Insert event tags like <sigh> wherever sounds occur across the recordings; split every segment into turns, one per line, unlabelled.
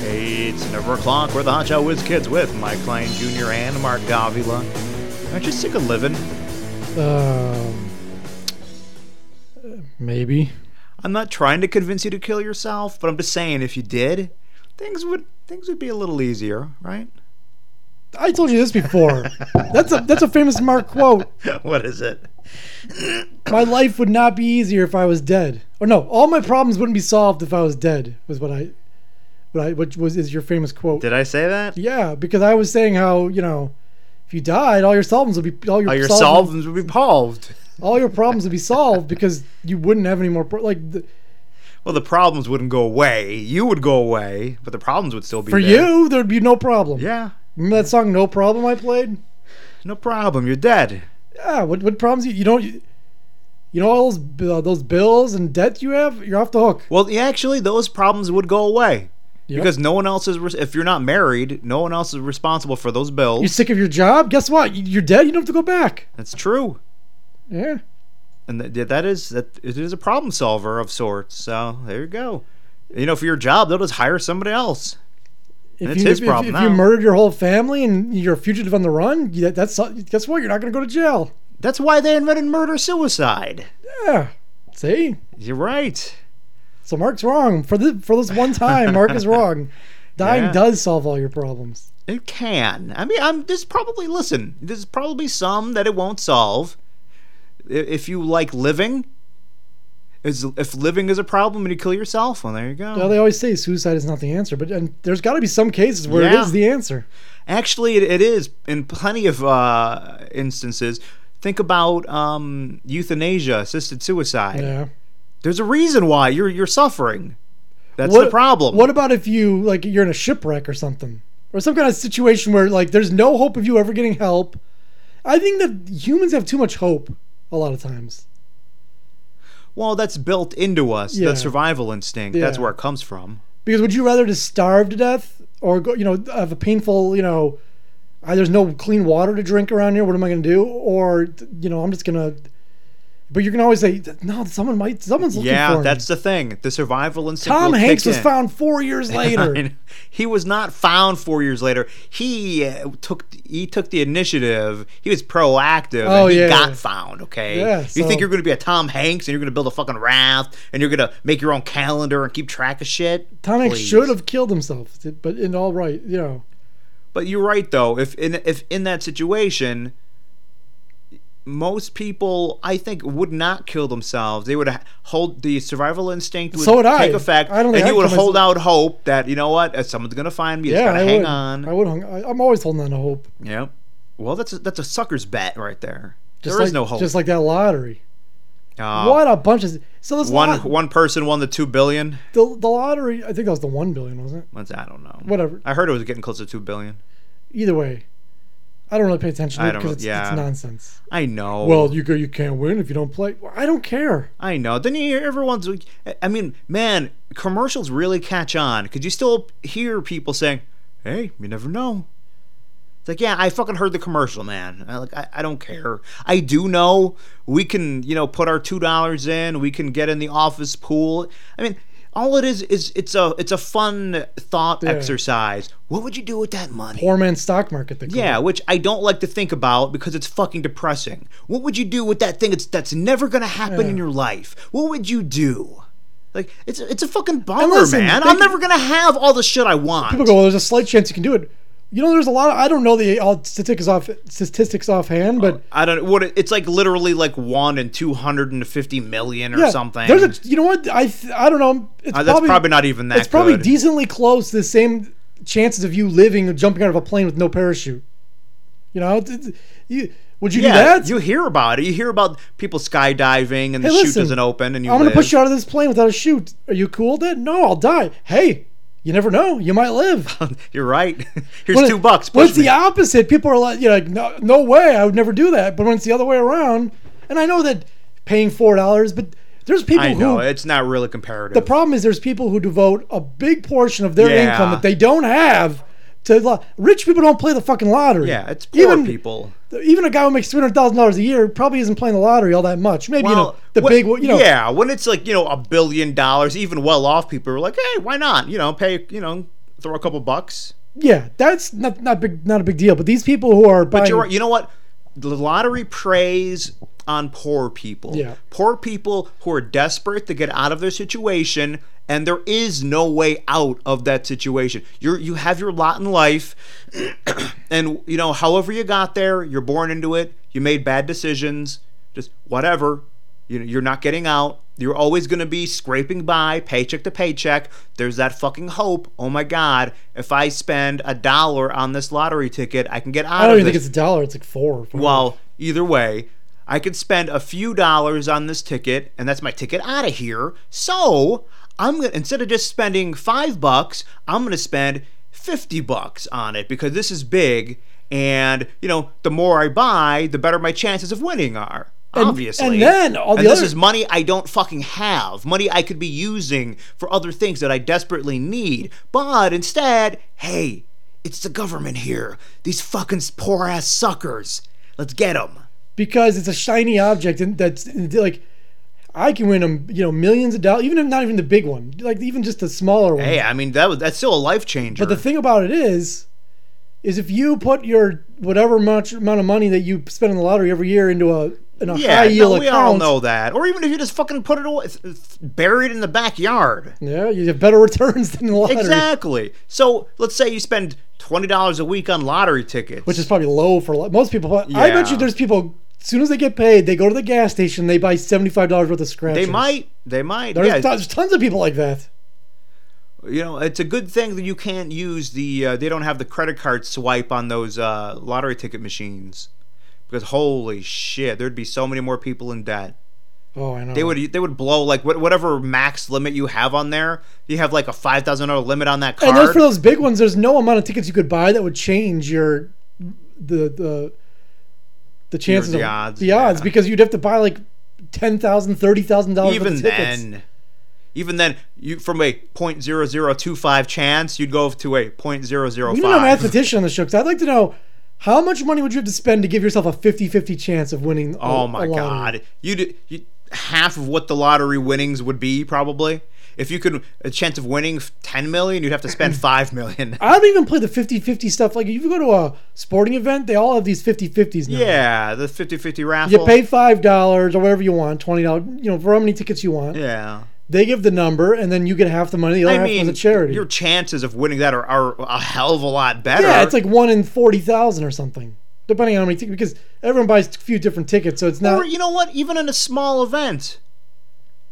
Hey, It's 11 o'clock. We're the Hot Shot Whiz Kids with Mike Klein Jr. and Mark Gavila. Aren't you sick of living?
Um, maybe.
I'm not trying to convince you to kill yourself, but I'm just saying if you did, things would things would be a little easier, right? <laughs>
I told you this before. that's a that's a famous Mark quote.
what is it?
My life would not be easier if I was dead. Or no, all my problems wouldn't be solved if I was dead. Was what I, what I which was is your famous quote.
Did I say that?
yeah, because I was saying how you know, if you died, all your problems would be all your,
Oh, your
solved- <laughs>
solvents would be solved.
all your problems would be solved because you wouldn't have any more pro- like <laughs> the,
Well, the problems wouldn't go away. You would go away, but the problems would still be
for
there.
you there'd be no problem.
Yeah,
Remember that song "No Problem" I played?
no problem. You're dead.
Yeah, what what problems you you don't you, you know all those bi- uh, those bills and debt you have, you're off the hook.
Well, yeah, actually, those problems would go away
Yep.
because no one else is. Res- if you're not married, no one else is responsible for those bills.
You're sick of your job. Guess what? You- You're dead. You don't have to go back.
That's true,
Yeah.
and th- yeah, that is that it is a problem solver of sorts. So there you go. You know, for your job, they'll just hire somebody else.
If
It's
you,
his
if, if-
problem
If, you
now.
murdered your whole family and you're a fugitive on the run, you- that, that's guess what? You're not going to go to jail.
That's why they invented murder suicide.
Yeah. See.
You're right.
So Mark's wrong for the for this one time. Mark
<laughs>
is wrong. Dying
Yeah.
does solve all your problems.
It can. I mean, I'm. There's probably listen. There's probably some that it won't solve. I- If you like living, is if living is a problem and you kill yourself, well, there you go.
Now they always say suicide is not the answer, but and there's got to be some cases where it
Yeah.
is the answer.
Actually, it, it is in plenty of uh, instances. Think about um, euthanasia, assisted suicide.
Yeah.
There's a reason why you're you're suffering. That's
What-
the problem.
What about if you like you're in a shipwreck or something, or some kind of situation where like there's no hope of you ever getting help? I think that humans have too much hope a lot of times.
well, that's built into us.
Yeah.
That survival instinct. That's
Yeah.
where it comes from.
Because would you rather just starve to death or go, you know have a painful you know I, there's no clean water to drink around here. What am I going to do? Or you know I'm just gonna. But you can always say no. Someone might. Someone's looking for
Yeah,
me."
that's the thing. The survival instinct.
Tom
will
Hanks
kick
was
in.
found four
<laughs>
years <laughs>
I
later.
know. He was not found four years later. He uh, took he took the initiative. He was proactive.
Oh,
and he
yeah.
got found. Okay.
Yeah,
you
so-
think you're going to be a Tom Hanks and you're going to build a fucking raft and you're going to make your own calendar and keep track of shit?
Tom Hanks
Please.
should have killed himself, but in all right, you know.
But you're right though. If in if in that situation, most people I think would not kill themselves. They would ha- hold the survival instinct would
So would I.
take effect,
I don't think
and you
I'd
would
kill
hold out hope that you know what, uh, someone's going to find me. just
Yeah,
gotta
I
hang
would.
on.
I would. Hung, I, I'm always holding on to hope.
Yep. Well, that's a, that's a sucker's bet right there. There
Just
is
like,
no hope.
Just like that lottery.
Uh,
what a bunch of so this
One
lot,
one person won the two billion.
the, the lottery. I think that was the one billion, wasn't it?
What's I don't know.
Whatever.
I heard it was getting close to two billion.
Either way, I don't really pay attention to
I
it
don't
because
know,
it's,
yeah. Oh.
it's nonsense.
I know.
Well, you go. You can't win if you don't play. Well, I don't care.
I know. Then you hear everyone's. like- I mean, man, commercials really catch on because you still hear people saying, "Hey, you never know." It's like, yeah, I fucking heard the commercial, man. I, like, I, I don't care. I do know we can, you know, put our two dollars in. We can get in the office pool. I mean, all it is is it's a it's a fun thought exercise. What would you do with that money?
Poor man's stock market. They call
Yeah,
it.
which I don't like to think about because it's fucking depressing. What would you do with that thing that's, that's never gonna happen in your life? What would you do? Like it's it's a fucking bummer,
listen,
man.
they
I'm
can-
never gonna have all the shit I want.
People go. Well, there's a slight chance you can do it. You know, there's a lot. Of, I don't know the all statistics off statistics offhand, but
I don't what it- it's like literally like one in two hundred and fifty million or
yeah,
something.
There's a. You know what? I th- I don't know. It's
Uh, that's probably, not even that.
it's probably
good.
decently close to the same chances of you living or jumping out of a plane with no parachute. You know, it's- it's- you, would you
Yeah,
do that?
you hear about it. You hear about people skydiving and the
Hey,
chute
listen,
doesn't open and you.
I'm gonna
live.
push you out of this plane without a chute. Are you cool then? No, I'll die. Hey, you never know. You might live.
<laughs> You're right. <laughs> Here's
When it-
two bucks.
When
Push
it's the opposite, people are like, you know, like, no, no way, I would never do that. But when it's the other way around, and I know that paying four dollars, but there's people
I know
who
it's not really comparative.
the problem is there's people who devote a big portion of their
Yeah.
income that they don't have to lo- rich people don't play the fucking lottery.
yeah, it's poor
even
people.
even a guy who makes three hundred thousand dollars a year probably isn't playing the lottery all that much. Maybe you know
Well,
the
what-
big one. You know,
yeah, when it's like you know a billion dollars, even well-off people are like, hey, why not? You know, pay you know, throw a couple bucks.
yeah, that's not not big not a big deal. But these people who are buying,
But you're right. You know what? The lottery preys on poor people.
Yeah.
Poor people who are desperate to get out of their situation, and there is no way out of that situation. You're you have your lot in life, <clears throat> and you know, however you got there, you're born into it. You made bad decisions. Just whatever. You know, you're not getting out. You're always going to be scraping by, paycheck to paycheck. There's that fucking hope. Oh my God! If I spend a dollar on this lottery ticket, I can get out
I don't
of
even think
this.
it's a dollar. It's like four. or five.
Well, either way, I could spend a few dollars on this ticket, and that's my ticket out of here. So I'm gonna instead of just spending five bucks, I'm gonna spend fifty bucks on it because this is big, and you know, the more I buy, the better my chances of winning are. Obviously,
and then all the
And this
other-
is money I don't fucking have, money I could be using for other things that I desperately need. But instead, hey, it's the government here. These fucking poor ass suckers. Let's get them.
because it's a shiny object and that's like I can win them, you know, millions of dollars. Even if not even the big one, like even just the smaller one.
Hey, I mean that was that's still a life changer.
But the thing about it is, is if you put your whatever much amount of money that you spend on the lottery every year into a in a
yeah,
high yield
no, we
account,
all know that. Or even if you just fucking put it away, it's- it's buried in the backyard.
yeah, you have better <laughs> returns than the lottery,
Exactly. So let's say you spend twenty dollars a week on lottery tickets.
which is probably low for a lot- most people. But I bet
Yeah.
you there's people. As soon as they get paid, they go to the gas station. They buy seventy five dollars worth of scratch.
they might, they might.
There's,
yeah,
there's tons of people like that.
you know it's a good thing that you can't use the uh, they don't have the credit card swipe on those uh, lottery ticket machines because holy shit there'd be so many more people in debt
Oh, I know.
they would they would blow like what, whatever max limit you have on there you have like a $5000 limit on that
And those
card
for those big ones, there's no amount of tickets you could buy that would change your the the the chances
the
of
odds,
the odds
yeah.
because you'd have to buy like ten thousand, thirty thousand dollars worth
even
of tickets.
then even then you from a 0.0025 chance you'd go to a
we need a
0.005
mathematician on the show because I'd like to know how much money would you have to spend to give yourself a 50-50 chance of winning? a-
oh
a
my
lottery?
god you'd, you half of what the lottery winnings would be probably if you could a chance of winning 10 million you'd have
<laughs>
to spend 5 million
I don't even play the 50-50 stuff. Like if you go to a sporting event, they all have these 50-50s now.
yeah the 50-50
You
raffle
pay five dollars or whatever you want, twenty dollars, you know, for how many tickets you want.
yeah
They give the number, and then you get half the money. The other
I
half goes
mean,
to charity.
your chances of winning that are, are a hell of a lot better.
Yeah, it's like one in forty thousand or something, depending on how many tickets. Because everyone buys a few different tickets, so it's not.
or you know what? Even in a small event,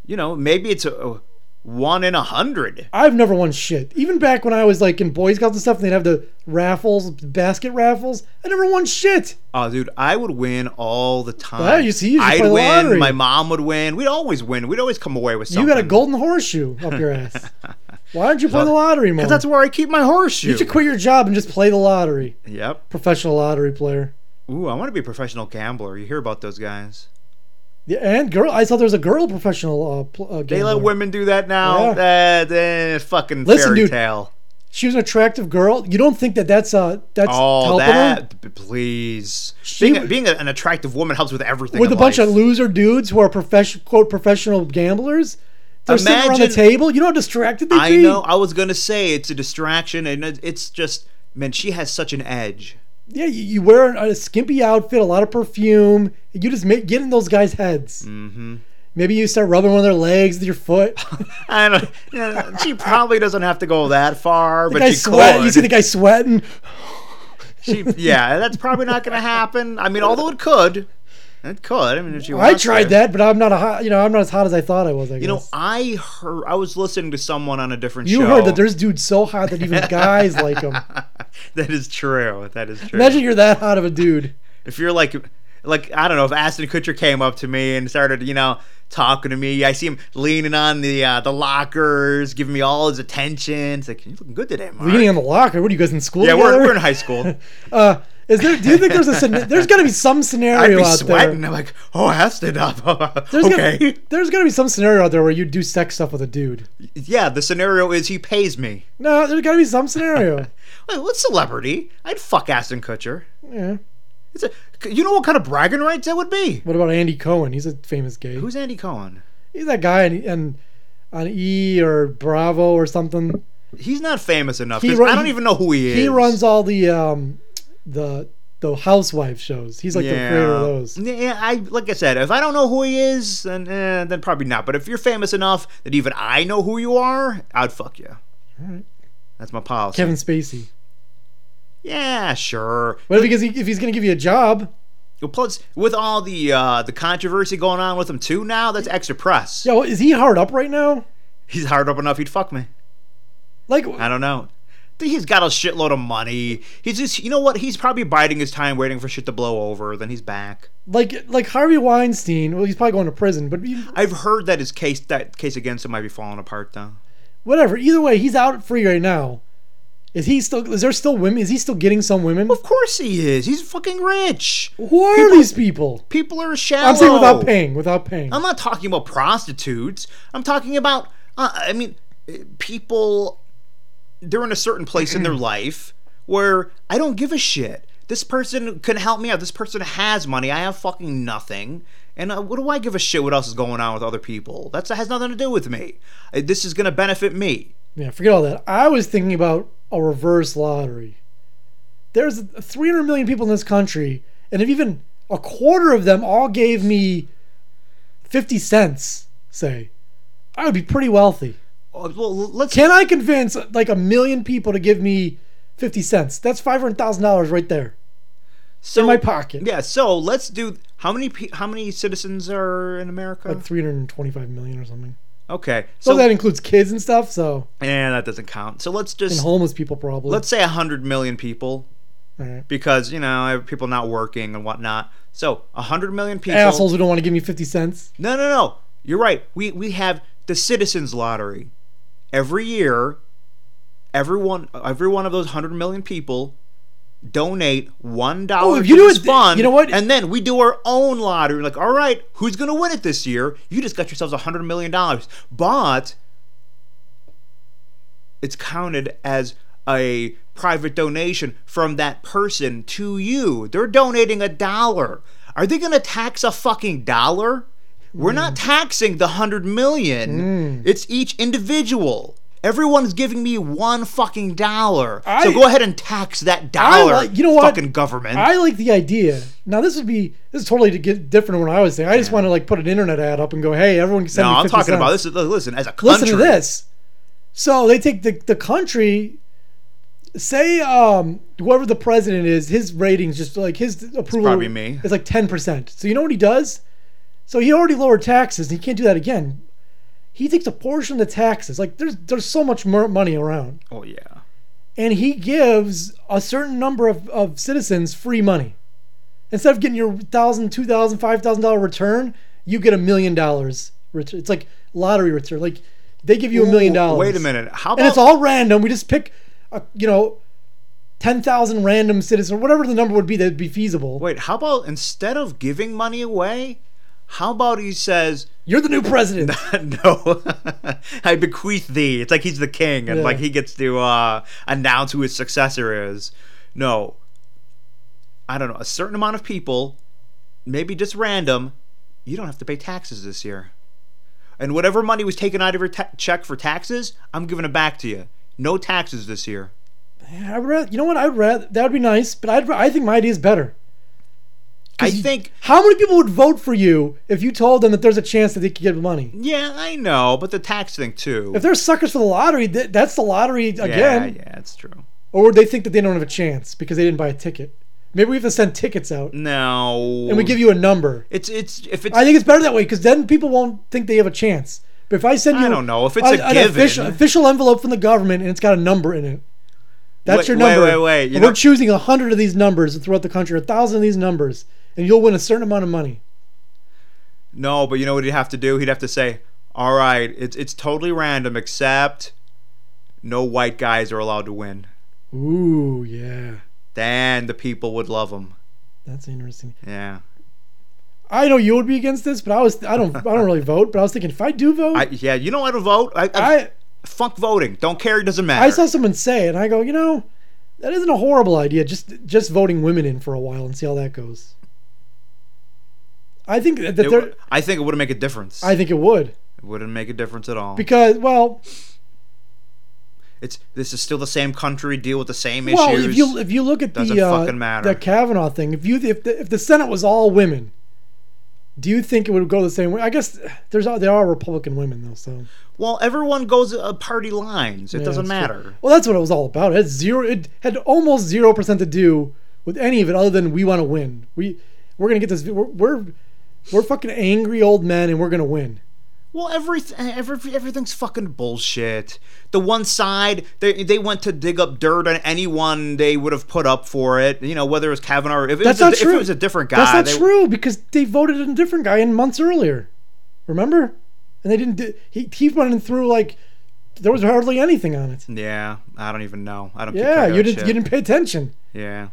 you know, maybe it's a, a one in a hundred.
I've never won shit. Even back when I was like in Boy Scouts and stuff, and they'd have the raffles, basket raffles. I never won shit.
Oh, dude, I would win all the time.
Well, you see, you should
I'd
play
win.
lottery.
My mom would win. We'd always win. We'd always come away with something.
You got a golden horseshoe up your ass.
<laughs>
Why don't you play the lottery more?
Because that's where I keep my horseshoe.
you should quit your job and just play the lottery.
Yep.
Professional lottery player.
Ooh, I want to be a professional gambler. You hear about those guys?
Yeah, and girl. I saw there was a girl professional. Uh, pl- uh,
They
gambler.
let women do that now. That eh, fucking
Listen,
fairy
dude,
tale.
She was an attractive girl. You don't think that that's uh that's
Oh,
helping her?
that p- please.
She
being
w-
being a- an attractive woman helps with everything.
with
in
a bunch
life.
of loser dudes who are professional quote professional gamblers. They're sitting around the
Imagine-
table. You know how distracted they'd
I
be.
know. I was gonna say it's a distraction, and it- it's just man, she has such an edge.
Yeah, you, you wear a skimpy outfit, a lot of perfume. You just make, get in those guys' heads. Mm-hmm. Maybe you start rubbing one of their legs with your
<laughs>
foot.
I don't. you know, she probably doesn't have to go that far,
The
but
guy
she
sweat.
could.
You see the guy sweating.
she, yeah, that's probably not gonna happen. I mean, although it could, it could. I mean, if she.
I
wants
tried
to.
that, but I'm not a hot, you know I'm not as hot as I thought I was. I guess.
You know, I heard. I was listening to someone on a different
you
show.
heard that there's dudes so hot that even guys like them.
<laughs> that is true. That is true.
Imagine you're that hot of a dude.
if you're like like I don't know if Aston Kutcher came up to me and started, you know, talking to me. I see him leaning on the uh, the lockers, giving me all his attention. It's like you're looking good today, Mark.
Leaning on the locker. What are you guys in school?
yeah, we're,
together?
we're in
<laughs>
high school.
Uh, is there? Do you think there's a?
<laughs>
scena- There's got to be some scenario
I'd be
out
sweating.
there.
I'm like, oh, Aston, <laughs> up.
There's
okay.
Gotta, there's got to be some scenario out there where you do sex stuff with a dude.
<laughs> Yeah, the scenario is he pays me.
No, there's got to be some
<laughs>
scenario.
Wait, what celebrity? I'd fuck Aston Kutcher.
yeah.
It's a, you know what kind of bragging rights that would be?
What about Andy Cohen? He's a famous gay.
Who's Andy Cohen?
He's that guy and and on E or Bravo or something.
He's not famous enough.
He
'cause
run-
I don't even know who he is.
He runs all the um the the housewife shows. He's like the creator of those.
Yeah, I like I said, if I don't know who he is, then eh, then probably not. But if you're famous enough that even I know who you are, I'd fuck you.
Alright.
That's my policy.
Kevin Spacey.
Yeah, sure.
What if, because he, if he's going to give you a job?
Well, Plus, with all the uh, the controversy going on with him too now, that's extra press.
Yo, is he hard up right now?
He's hard up enough, he'd fuck me.
Like,
I don't know. He's got a shitload of money. He's just, you know what? He's probably biding his time, waiting for shit to blow over. Then he's back.
like, like Harvey Weinstein. Well, he's probably going to prison, but he-
I've heard that his case, that case against him, might be falling apart though.
whatever. Either way, he's out free right now. Is he still? Is there still women? Is he still getting some women?
Of course he is. He's fucking rich.
Who are these people?
People are shallow.
I'm saying without paying, without paying.
I'm not talking about prostitutes. I'm talking about, uh, I mean, uh, people, they're in a certain
<clears throat>
place in their life where I don't give a shit. This person can help me out. This person has money. I have fucking nothing. And uh, what do I give a shit what else is going on with other people? That's, that has nothing to do with me. Uh, this is going to benefit me.
Yeah, forget all that. I was thinking about a reverse lottery. There's 300 million people in this country, and if even a quarter of them all gave me 50 cents, say, I would be pretty wealthy.
Uh, well, let's.
Can I convince like a million people to give me 50 cents? That's $500,000 right there
so,
in my pocket.
Yeah, so let's do. How many pe- how many citizens are in America?
Like 325 million or something.
Okay,
So
so
that includes kids and stuff, so
yeah, that doesn't count. So let's
and
just
homeless people probably.
let's say hundred million people
all right.
because you know I have people not working and whatnot. So hundred million people.
Assholes who don't want to give me 50 cents.
No, no, no. You're right. We we have the citizens lottery every year. Everyone, every one of those hundred million people donate one dollar
if
to
Oh, you do
this
it-
fund.
you know what?
And then we do our own lottery. Like, all right, who's gonna win it this year? You just got yourselves a hundred million dollars, but it's counted as a private donation from that person to you. They're donating a dollar. Are they going to tax a fucking dollar? We're not
Hmm.
taxing the 100 million. It's each individual. Everyone's giving me one fucking dollar. so
I-
go ahead and tax that dollar.
like- you know what?
Fucking government.
I like the idea. Now this would be this is totally to get different than what I was saying. I just want to like put an internet ad up and go, hey, everyone can send
no,
me
I'm
50
talking
cents.
about this. is- uh, Listen, as a country.
Listen to this. So they take the the country. Say um, whoever the president is, his ratings just like his approval
probably me.
is like ten percent. So you know what he does? So he already lowered taxes. and He can't do that again. He takes a portion of the taxes. Like there's there's so much mer- money around,
Oh, yeah.
and he gives a certain number of, of citizens free money. Instead of getting your thousand, two thousand, five thousand dollar return, you get a million dollars return. It's like lottery return. Like they give you a million
Ooh,
dollars.
Wait a minute. How about.
And it's all random. We just pick, a, you know, ten thousand random citizens, whatever the number would be that'd be feasible.
wait, how about instead of giving money away, how about he says,
You're the new president.
<laughs> no, I bequeath thee. It's like he's the king, and
Yeah.
like he gets to uh, announce who his successor is. No, I don't know. A certain amount of people, maybe just random, you don't have to pay taxes this year. And whatever money was taken out of your ta- check for taxes, I'm giving it back to you. No taxes this year.
I rather, you know what? I'd rather that would be nice, but I'd, ra- I think my idea is better.
I
'Cause you-
think,
How many people would vote for you if you told them that there's a chance that they could get money?
yeah, I know, but the tax thing too.
If they're suckers for the lottery, th- that's the lottery
yeah,
again.
yeah, it's true.
Or would they think that they don't have a chance because they didn't buy a ticket? Maybe we have to send tickets out
No,
and we give you a number.
It's it's if it's
I think it's better that way because then people won't think they have a chance. But if I send you,
I don't know, if it's a given.
official, official envelope from the government and it's got a number in it, that's
Wait,
your number.
wait, wait, wait, you
And we're
know-
choosing a hundred of these numbers throughout the country, a thousand of these numbers, and you'll win a certain amount of money.
No, but you know what he'd have to do? He'd have to say, "All right, it's it's totally random, except no white guys are allowed to win."
Ooh, yeah.
Then the people would love him.
That's interesting.
Yeah,
I know you would be against this, but I was I don't I don't really vote, but I was thinking if I do vote,
I
I
yeah. You know I don't vote. I, I,
I,
fuck voting. Don't care. It doesn't matter.
saw someone say it and I go, you know, that isn't a horrible idea. Just just voting women in for a while and see how that goes. I think that
It
there
w- I think it wouldn't make a difference.
I think it would.
it wouldn't make a difference at all.
Because well,
it's this is still the same country. Deal with the same
well,
issues.
if you if you look at
Doesn't
the uh,
fucking matter.
the Kavanaugh thing, if you if the, if the Senate was all women, do you think it would go the same way? I guess there's there are Republican women though, so
well, everyone goes uh, party lines. It
Yeah,
doesn't
that's true.
matter.
Well, that's what it was all about. It had zero. It had almost zero percent to do with any of it, other than we want to win. We we're gonna get this. We're we're, we're fucking angry old men, and we're gonna win.
Well, everything, every, everything's fucking bullshit. The one side, they they went to dig up dirt on anyone they would have put up for it. You know, whether it was Kavanaugh, or if it,
That's
was, a,
not
if
true.
it was a different guy.
That's not
they-
true because they voted in a different guy in months earlier. Remember? And they didn't. do- He he went in through like there was hardly anything on it.
Yeah, I don't even know. I don't. keep
Yeah,
track of
you
that
didn't you
shit.
didn't pay attention.
Yeah.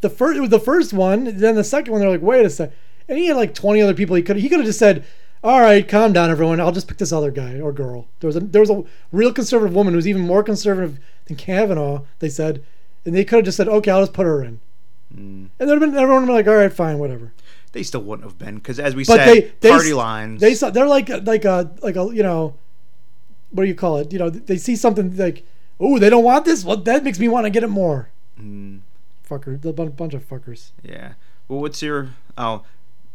The first it was the first one, then the second one. They're like, wait a sec. And he had like twenty other people. He could he could have just said, "All right, calm down, everyone. I'll just pick this other guy or girl." There was a there was a real conservative woman who was even more conservative than Kavanaugh. They said, and they could have just said, "Okay, I'll just put her in."
Mm.
And there'd been everyone would been like, "All right, fine, whatever."
They still wouldn't have been because, as we
But
said,
they- they
party
s-
lines.
They saw they're like like a like a you know, what do you call it? You know, they see something like, "Oh, they don't want this. Well, that makes me want to get it more."
Mm,
Fucker, a bunch of fuckers.
yeah. Well, what's your oh,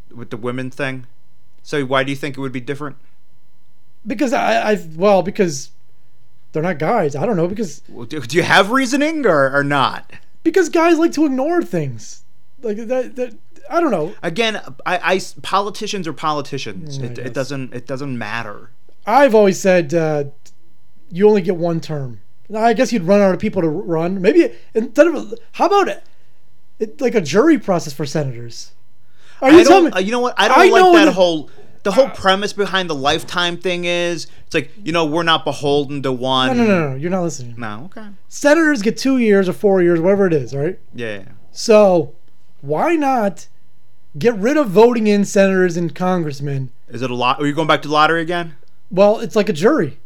with the women thing? So why do you think it would be different?
Because I, I well, because they're not guys. I don't know because
Well, do, do you have reasoning or, or not?
because guys like to ignore things. Like that, that I don't know.
Again, I, I s- politicians are politicians.
Mm, I
it,
guess.
it doesn't it doesn't matter.
I've always said uh, you only get one term. Now, I guess you'd run out of people to run. Maybe instead of how about it, it like a jury process for senators? Are
I
you telling
don't.
me?
uh, you know what? I don't
I
like
know
that
that- Uh,
whole. The whole premise behind the lifetime thing is it's like you know we're not beholden to
no,
one.
no, no, no. You're not listening.
No, okay.
Senators get two years or four years, whatever it is. All right.
Yeah.
So why not get rid of voting in senators and congressmen?
Is it a lot? Are you going back to the lottery again?
Well, it's like a jury.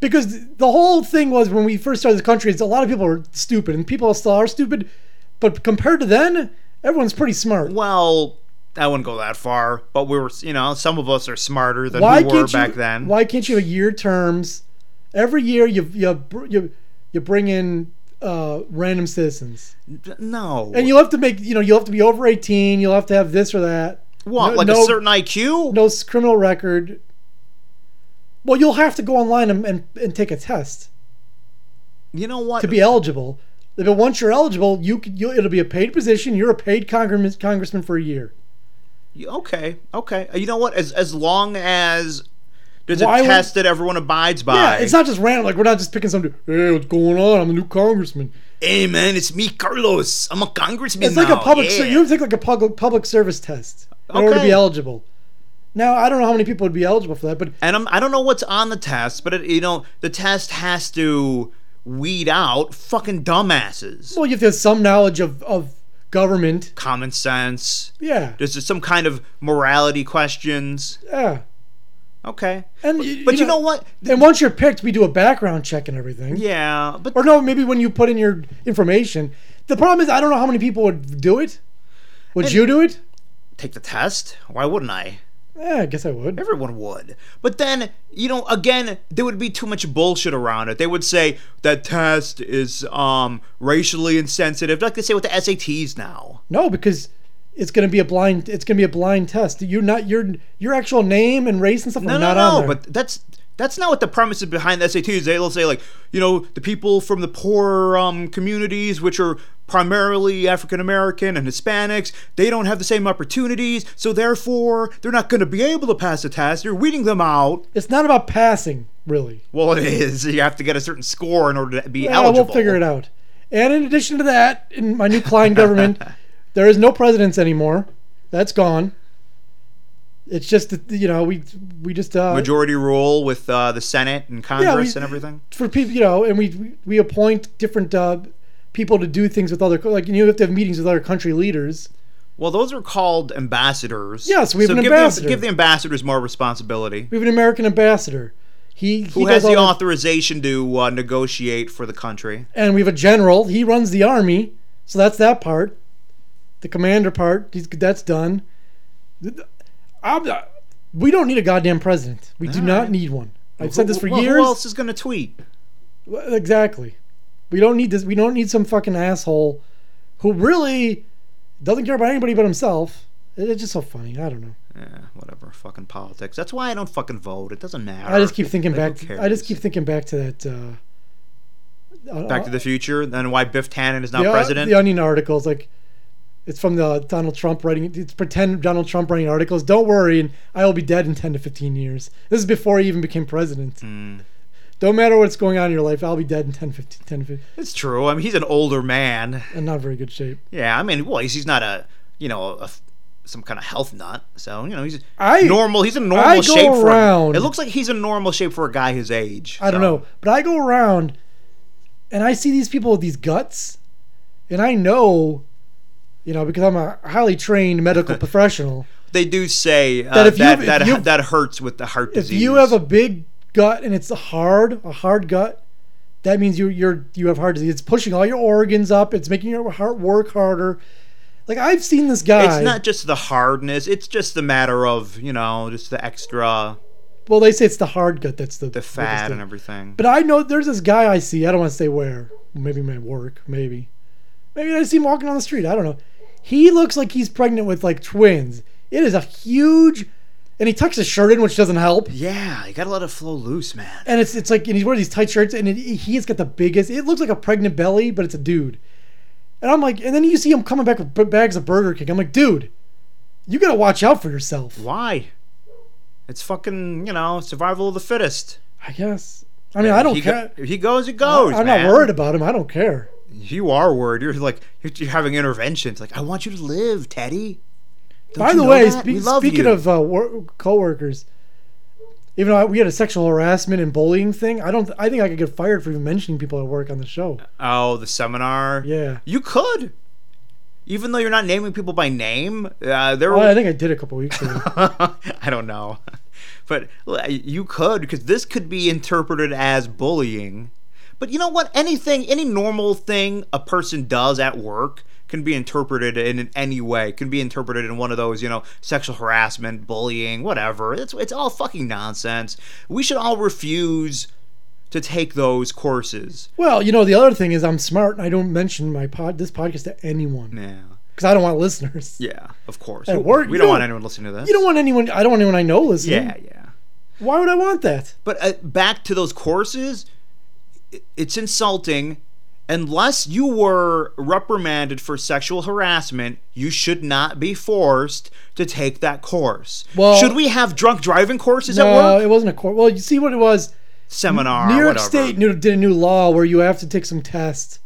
Because the whole thing was when we first started the country, is a lot of people were stupid, and people still are stupid. But compared to then, everyone's pretty smart.
Well, I wouldn't go that far, but we were, you know, some of us are smarter than we were back
you,
then.
Why can't you have year terms? Every year you you br- you, you bring in uh, random citizens,
No.
and you'll have to make you know you'll have to be over eighteen. You'll have to have this or that.
what?
no-
like
no-
a certain IQ?
No s- criminal record. Well, you'll have to go online and, and, and take a test.
You know what?
to be eligible. But once you're eligible, you, can- you it'll be a paid position. You're a paid congressman, congressman for a year.
okay. Okay. You know what? As as long as there's
Why
a
would-
test that everyone abides by.
Yeah, it's not just random. Like we're not just picking somebody. Hey, what's going on? I'm the new congressman.
hey man, it's me, Carlos. I'm a congressman.
It's like a
now,
public.
yeah."
ser- you have to take like a public public service test in order to
Okay.
be eligible. Now I don't know how many people would be eligible for that, but
and I'm, I don't know what's on the test, but it, you know the test has to weed out fucking dumbasses.
well, you have to have some knowledge of of government.
Common sense.
Yeah,
There's just some kind of morality questions.
yeah.
Okay.
And
but,
you-
but
you
you know,
know-
what?
And once you're picked, we do a background check and everything.
Yeah, but
Or no, maybe when you put in your information. The problem is I don't know how many people would do it. Would
And-
you do it?
take the test. Why wouldn't I?
Yeah, I guess I would.
Everyone would. But then, you know, again, there would be too much bullshit around it. They would say that test is um racially insensitive, like they say with the SATs now.
No, because it's going to be a blind. It's going to be a blind test. You're not your your actual name and race and stuff
No,
are
no,
not
no.
on there.
But that's that's not what the premise is behind the SATs. They'll say like, you know, the people from the poor um, communities, which are primarily African American and Hispanics, they don't have the same opportunities, so therefore they're not going to be able to pass the test. You're weeding them out.
it's not about passing, really.
Well, it is. <laughs> You have to get a certain score in order to be
Yeah,
eligible.
we'll figure it
<laughs>
out. And in addition to that, in my new Klein government, there is no presidents anymore. That's gone. It's just that, you know we we just uh,
Majority rule with uh, the Senate and Congress and everything.
for people you know, and we we, we appoint different uh, people to do things with other co- like you have to have meetings with other country leaders.
Well, those are called ambassadors.
Yes, we have
so
an
give
ambassador.
The, give the ambassadors more responsibility.
We have an American ambassador. He, he
Who has
does
the
all the-
authorization to uh, negotiate for the country?
and we have a general. He runs the army, so that's that part. The commander part, he's, that's done. I'm, we don't need a goddamn president. We do
All
not
right.
need one. I've said this for
Who- who- Who else
years.
is going to tweet?
Exactly. We don't need this. We don't need some fucking asshole who really doesn't care about anybody but himself. It- It's just so funny. I don't know.
Yeah, Eh, whatever. Fucking politics. That's why I don't fucking vote. It doesn't matter.
I just keep thinking
Like,
back.
who
I just
cares?
keep thinking back to that. Uh,
Back to the Future, and why Biff Tannen is not
the,
president.
The Onion article is like, it's from the Donald Trump writing. It's pretend Donald Trump writing articles. Don't worry, and I will be dead in ten to fifteen years. This is before he even became president.
Hmm.
Don't matter what's going on in your life. I'll be dead in 10, 15, 10 to 15.
It's true. I mean, he's an older man.
I'm not in very good shape.
Yeah, I mean, well, he's, he's not a, you know, a, some kind of health nut. So you know, he's
I-
normal. He's in normal
I go
shape for.
around-
It looks like he's in normal shape for a guy his age.
I don't
so.
know, but I go around, and I see these people with these guts, and I know, you know, because I'm a highly trained medical
<laughs>
professional.
They do say
That
uh, that
if you-
that
if
that,
you-
hurts with the heart
if
disease.
you have a big gut and it's a hard a hard gut that means you you're you have heart disease it's pushing all your organs up it's making your heart work harder like i've seen this guy
it's not just the hardness. It's just the matter of you know, just the extra,
well they say it's the hard gut that's the
the fat and everything.
but i know there's this guy i see i don't want to say where maybe my work maybe maybe i see him walking on the street i don't know he looks like he's pregnant with like twins it is a huge and he tucks his shirt in which doesn't help
yeah, you gotta let it flow loose, man.
and it's it's like and he's wearing these tight shirts and it, he's got the biggest it looks like a pregnant belly but it's a dude and i'm like and then you see him coming back with b- bags of burger king i'm like dude you gotta watch out for yourself
Why? It's fucking you know, survival of the fittest.
i guess i mean i don't
he go-
care
if he goes, it goes.
i'm
man.
not worried about him i don't care
You are worried. You're like you're, you're having interventions. Like I want you to live, Teddy. Don't
by
you
the
know
way
that?
spe-
We love
speaking
you.
of uh, wor- coworkers even though I, we had a sexual harassment and bullying thing i don't i think i could get fired for even mentioning people at work on the show
oh the seminar,
yeah
you could. Even though you're not naming people by name, uh, there
well,
were
i think i did a couple weeks ago
<laughs> I don't know. <laughs> But l- uh, you could, because this could be interpreted as bullying. But you know what? Anything, any normal thing a person does at work can be interpreted in any way. Can be interpreted in one of those, you know, sexual harassment, bullying, whatever. It's it's all fucking nonsense. We should all refuse to take those courses.
Well, you know, the other thing is I'm smart and I don't mention my pod this podcast to anyone
Yeah,
because I don't want listeners.
yeah, of course.
At work,
we
you
don't want
don't-
anyone listening to this.
You don't want anyone. I don't want anyone I know listening.
yeah, yeah.
Why would I want that?
But uh, back to those courses, i- it's insulting. Unless you were reprimanded for sexual harassment, you should not be forced to take that course.
Well-
should we have drunk driving courses at
No,
work?
it wasn't a court. Well, you see what it was.
Seminar,
New York
whatever.
State new, did a new law where you have to take some tests,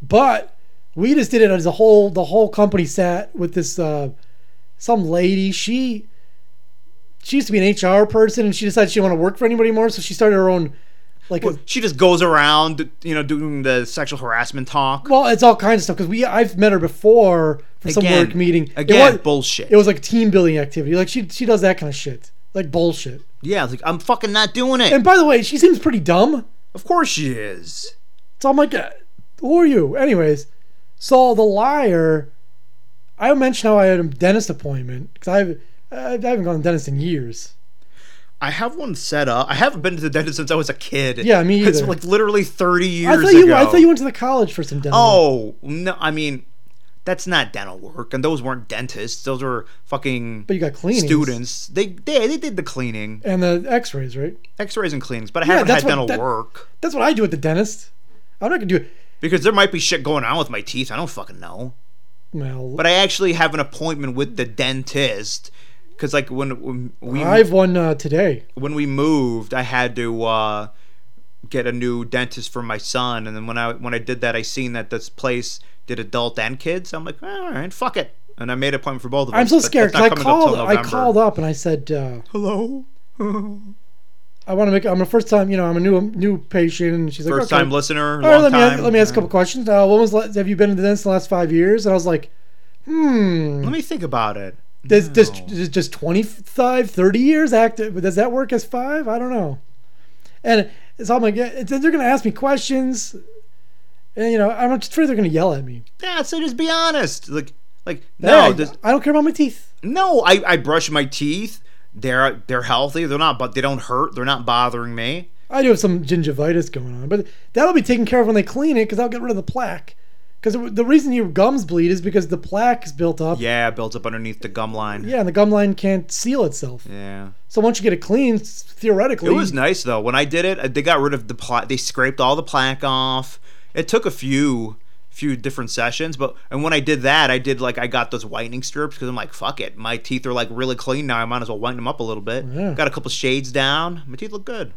but we just did it as a whole. The whole company sat with this uh, some lady. She she used to be an HR person, and she decided she didn't want to work for anybody more, so she started her own like a,
She just goes around, you know, doing the sexual harassment talk.
Well, it's all kinds of stuff because we I've met her before for some
Again-
work meeting.
again,
it was,
bullshit.
It was like team building activity. Like she she does that kind of shit, like bullshit.
yeah, it's like I'm fucking not doing it.
And by the way, she seems pretty dumb.
of course she is.
So I'm like, uh, who are you? Anyways, so the liar. I mentioned how I had a dentist appointment because I've I haven't gone to the dentist in years.
I have one set up. I haven't been to the dentist since I was a kid.
Yeah, me
It's
either.
like literally 30 years
I thought
ago.
you I thought you went to the college for some dental.
Oh no! I mean, that's not dental work, and those weren't dentists. Those were fucking
but you got cleaning
students. They, they they did the cleaning,
and the X-rays, right?
X-rays and cleanings, but I
Yeah,
haven't
that's
had
what-
dental
that-
work
That's what I do at the dentist. I'm not gonna do it.
because there might be shit going on with my teeth. I don't fucking know.
Well,
But I actually have an appointment with the dentist because, like, when, when we
I have one uh, today.
when we moved, I had to uh, get a new dentist for my son, and then when I when I did that, I seen that this place did adult and kids. I'm like, all right, fuck it. and I made a point for both of us.
I'm so
but
scared
that's not
'cause I
coming up till
called. I
November.
called up and I said, uh, <laughs>
Hello.
"I want to make. I'm a first time. You know, I'm a new new patient." And she's like,
First
okay.
time listener.
All
Long
right, let me
time.
let me ask a couple questions. Uh, when was the last- have you been to the dentist in the last five years? And I was like, hmm,
Let me think about it.
does does,
No.
does just 25, 30 years active? Does that work as five? I don't know. And so I'm like, yeah, it's- they're gonna ask me questions, and you know, I'm just afraid they're gonna yell at me.
Yeah, so just be honest. Like, like no,
Hey,
this-
I don't care about my teeth.
no. I, I brush my teeth. They're they're healthy. They're not, but they don't hurt. They're not bothering me.
I do have some gingivitis going on, but that'll be taken care of when they clean it because I'll get rid of the plaque. Because the reason your gums bleed is because the plaque is built up.
Yeah, it builds up underneath the gum line.
Yeah, and the gum line can't seal itself.
Yeah.
So once you get it clean, s- theoretically,
It was nice though. When I did it, uh, they got rid of the pla- they scraped all the plaque off. It took a few few different sessions, but and when I did that, I did like I got those whitening strips because I'm like, fuck it, my teeth are like really clean now. I might as well whiten them up a little bit.
Yeah.
Got a couple shades down. My teeth look good.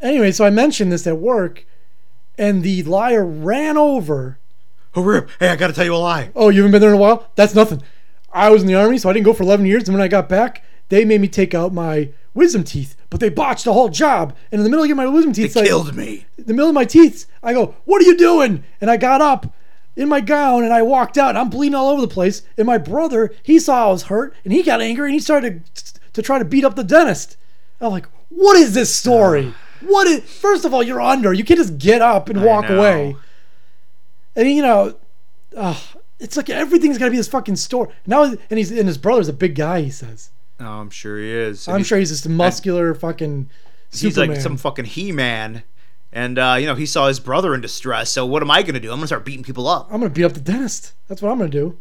anyway. So I mentioned this at work, and the liar ran over.
Oh, Rip, hey, I gotta tell you a lie.
Oh, you haven't been there in a while. That's nothing. I was in the army, so I didn't go for eleven years. And when I got back, they made me take out my wisdom teeth, but they botched the whole job. And in the middle of getting my wisdom teeth,
They
like,
killed me.
in the middle of my teeth, I go, "What are you doing?" And I got up in my gown and I walked out. And I'm bleeding all over the place. And my brother, he saw I was hurt, and he got angry and he started to, to try to beat up the dentist. I'm like, "What is this
<sighs>
story? What is? First of all, you're under. You can't just get up and walk
know.
away." And you know, ugh, it's like everything's got to be this fucking story. Now, and he's and his brother's a big guy. He says,
Oh, I'm sure he is.
"I'm
He's-
sure he's just a muscular fucking."
he's
Superman.
like some fucking he-man. And uh, you know he saw his brother in distress, so what am I gonna do? I'm gonna start beating people up.
I'm gonna beat up the dentist. That's what I'm gonna do.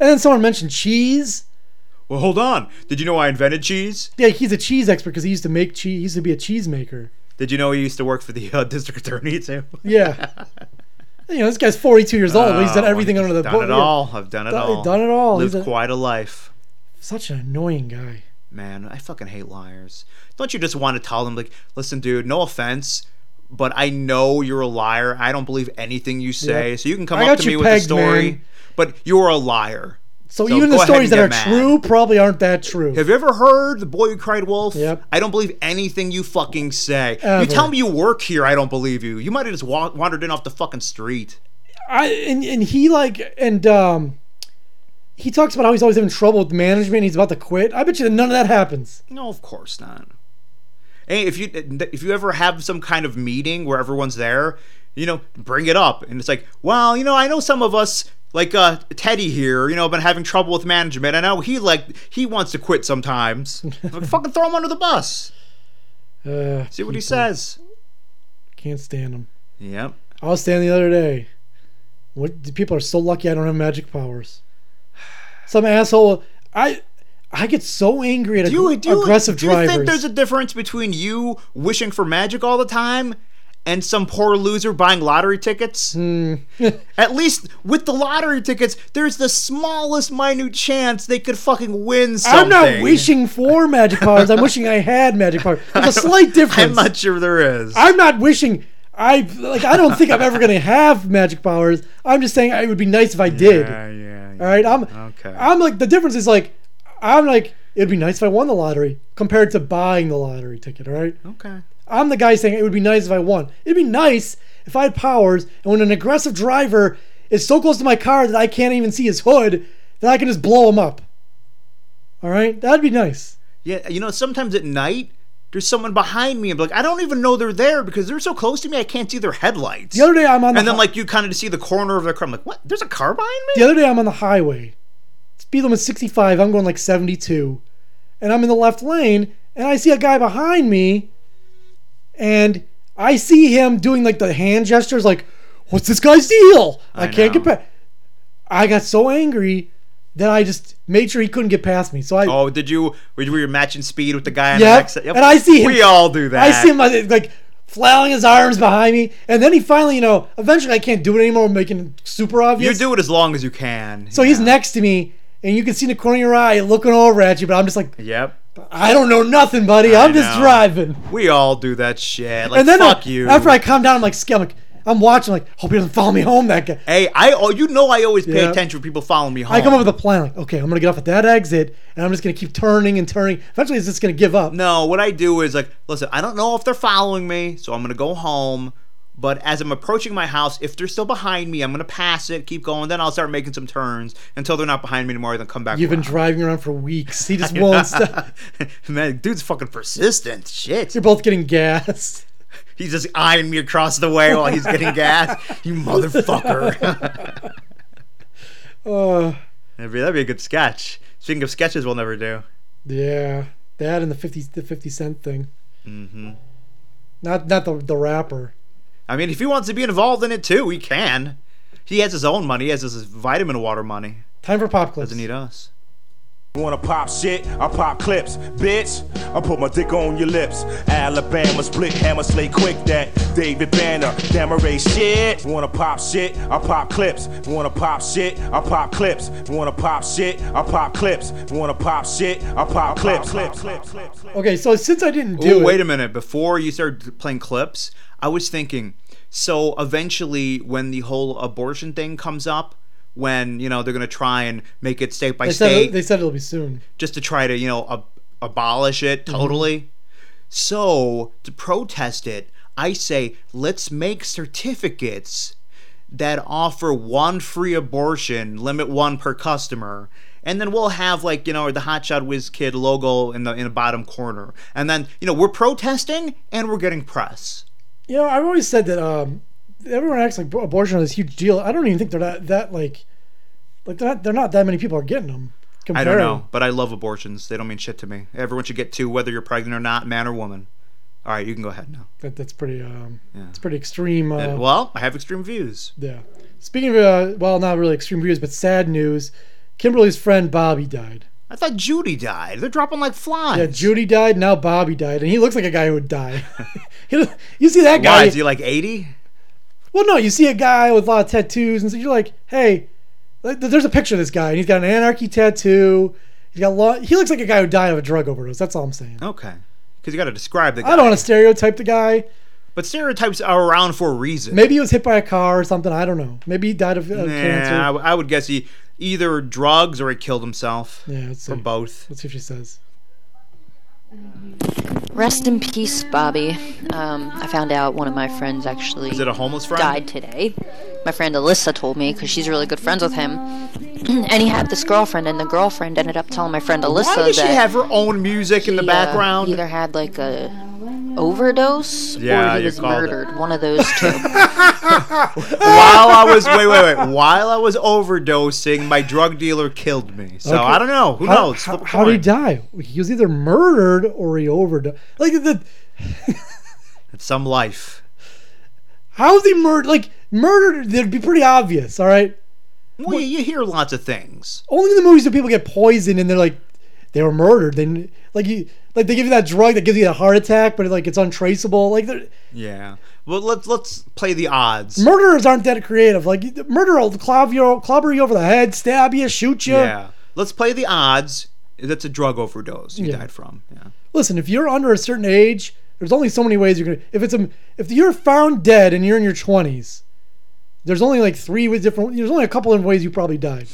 And then someone mentioned cheese.
Well, hold on. Did you know I invented cheese?
Yeah, he's a cheese expert because he used to make cheese. He used to be a cheese maker.
Did you know he used to work for the uh, <laughs> district attorney too? <laughs>
Yeah. you know, this guy's 42 years old, but he's done
Oh,
everything
he's
under the
done
book.
it all. I've done it
Done-
all.
done it all. He's
Lived
a-
quite a life,
Such an annoying guy.
man. I fucking hate liars. Don't you just want to tell them like, listen, dude, no offense, but I know you're a liar. I don't believe anything you say,
Yep.
so you can come
I
up
got
to me
you
with a
pegged,
story,
man.
but you're a liar.
So,
So
even the
go ahead
stories
and
that are
get mad.
true probably aren't that true.
Have you ever heard the boy who cried wolf?
Yep.
I don't believe anything you fucking say. You
Ever.
tell me you work here, I don't believe you. You might have just wa- wandered in off the fucking street.
I and, and he like and um he talks about how he's always having trouble with management. He's about to quit. I bet you that none of that happens.
No, of course not. Hey, if you if you ever have some kind of meeting where everyone's there, you know, bring it up, and it's like, well, you know, I know some of us, like uh, Teddy here, you know, been having trouble with management. I know he like he wants to quit sometimes. Like, fucking throw him under the bus.
Uh,
See what he says.
can't stand him.
Yep.
I was standing the other day. What people are so lucky I don't have magic powers. Some asshole. I I get so angry at
Do you,
ag-
do you,
aggressive
do you
drivers.
think there's a difference between you wishing for magic all the time and some poor loser buying lottery tickets?
Hmm. <laughs>
At least with the lottery tickets, there's the smallest minute chance they could fucking win something.
I'm not wishing for magic powers. I'm wishing I had magic
<laughs>
powers. There's a slight difference.
I'm not sure there is.
I'm not wishing. I like. I don't think I'm ever gonna have magic powers. I'm just saying it would be nice if I did.
yeah, yeah, yeah.
All right, I'm
Okay.
I'm like the difference is like I'm like it'd be nice if I won the lottery compared to buying the lottery ticket. All right.
okay.
I'm the guy saying it would be nice if I won. It'd be nice if I had powers, and when an aggressive driver is so close to my car that I can't even see his hood, that I can just blow him up. All right, that'd be nice.
Yeah, you know, sometimes at night there's someone behind me and like I don't even know they're there because they're so close to me I can't see their headlights.
The other day I'm on the
and then
hi-
like you kind of see the corner of their car. I'm like, what? There's a car behind me?
the other day I'm on the highway. Speed limit 65. I'm going like 72, and I'm in the left lane, and I see a guy behind me, and I see him doing like the hand gestures, like, "What's this guy's deal?" I,
I
can't
know.
get past. I got so angry that I just made sure he couldn't get past me. So I,
<laughs> Oh, did you? Were you, were you matching speed with the guy on
Yep.
the next?
And I see him-
We all do that.
I see him like like, flailing his arms behind me, and then he finally, you know, eventually I can't do it anymore, making it super
You
obvious.
do it as long as you can.
So he's next to me, and you can see in the corner of your eye looking over at you, but I'm just like,
Yep.
I don't know nothing, buddy. I'm just
know.
driving.
We all do that shit. Like
And then uh,
fuck
I-
you.
after I calm down, I'm like, scared. I'm like, I'm watching like, hope he doesn't follow me home. That guy.
Hey, I oh, you know I always pay
Yeah.
attention when people follow me home.
I come up with a plan like, okay, I'm gonna get off at that exit, and I'm just gonna keep turning and turning. Eventually, it's just gonna give up.
No, what I do is like, listen, I don't know if they're following me, so I'm gonna go home. But as I'm approaching my house, if they're still behind me, I'm gonna pass it, keep going. Then I'll start making some turns until they're not behind me anymore. Then come back.
You've been
<laughs>
driving around for weeks. He just won't stop.
around. man, dude's fucking persistent.
<laughs>
Shit,
You're both getting <laughs> gas.
he's just eyeing me across the way while he's getting gas. You motherfucker.
<laughs> Uh,
that'd, be, that'd be a good sketch. Speaking of sketches, we'll never do.
yeah, that and the fifty the fifty cent thing. Mm-hmm. Not not the the rapper.
I mean, if he wants to be involved in it too, he can. He has his own money. He has his vitamin water money.
Time for pop clips.
Doesn't need us.
Wanna pop shit? I pop clips, bitch. I put my dick on your lips. Alabama split hammer slay quick that David Banner, Damaray shit. Wanna pop shit? I pop clips. Wanna pop shit? I pop clips. Wanna pop shit? I pop clips. Wanna pop shit? I pop clips. clips, clips, clips, clips.
Okay, so since I didn't do
Oh,
it,
wait a minute. Before you started playing clips, I was thinking. So eventually, when the whole abortion thing comes up, when you know they're gonna try and make it state by
they said
state,
they said it'll be soon.
just to try to you know ab- abolish it totally. So to protest it, I say let's make certificates that offer one free abortion, limit one per customer, and then we'll have like you know the Hotshot Whiz Kid logo in the in the bottom corner, and then you know we're protesting and we're getting press.
You know, I've always said that um, everyone acts like abortion is this huge deal. I don't even think they're that that like like they're not they're not that many people are getting them.
I
Compared.
don't know, but I love abortions. They don't mean shit to me. Everyone should get two, whether you're pregnant or not, man or woman. All right, you can go ahead now.
That, that's pretty um, it's pretty extreme. Uh,
And- well, I have extreme views.
yeah. Speaking of uh, well, not really extreme views, but sad news. Kimberly's friend Bobby died.
I thought Judy died. They're dropping like flies.
Yeah, Judy died. Now Bobby died, and he looks like a guy who would die. <laughs> He look- you see that
Why
guy?
is he like 80?
Well, no, you see a guy with a lot of tattoos, and so you're like, hey, like, th- there's a picture of this guy, and he's got an anarchy tattoo. He's got a lot. He looks like a guy who died of a drug overdose. That's all I'm saying.
Okay. Because you got to describe the guy.
I don't want to stereotype the guy.
But stereotypes are around for a reason.
Maybe he was hit by a car or something. I don't know. Maybe he died of uh, cancer.
Nah, I, I would guess he either drugs or he killed himself.
yeah, let's see.
Or both.
Let's see if she says.
Rest in peace, Bobby. Um, I found out one of my friends actually
Is it a homeless friend?
died today. My friend Alyssa told me because she's really good friends with him. <clears throat> and he had this girlfriend, and the girlfriend ended up telling my friend Alyssa
Why does she
that
have her own music in the
he, uh,
background?
either had like a overdose or
Yeah, you
he was
called it.
murdered. One of those
<laughs>
two.
While I was wait
<laughs>
wait wait while I was overdosing, my drug dealer killed me. So I don't know. Who
How,
knows?
how,
Flip a
how did he
coin.
die? He was either murdered or he overdosed. Like the
It's some life.
how is he murdered? Like murdered? That'd be pretty obvious. All right.
Well, you, you hear lots of things.
only in the movies do people get poisoned and they're like they were murdered then like you like they give you that drug that gives you a heart attack but like it's untraceable like they're-
Yeah. Well, let's let's play the odds.
murderers aren't that creative like you- murder will clobber you, clobber you over the head stab you shoot you
Yeah. Let's play the odds. That's a drug overdose you
Yeah.
died from. Yeah.
listen if you're under a certain age there's only so many ways you're gonna if it's a if you're found dead and you're in your 20s there's only like three with different there's only a couple of ways you probably died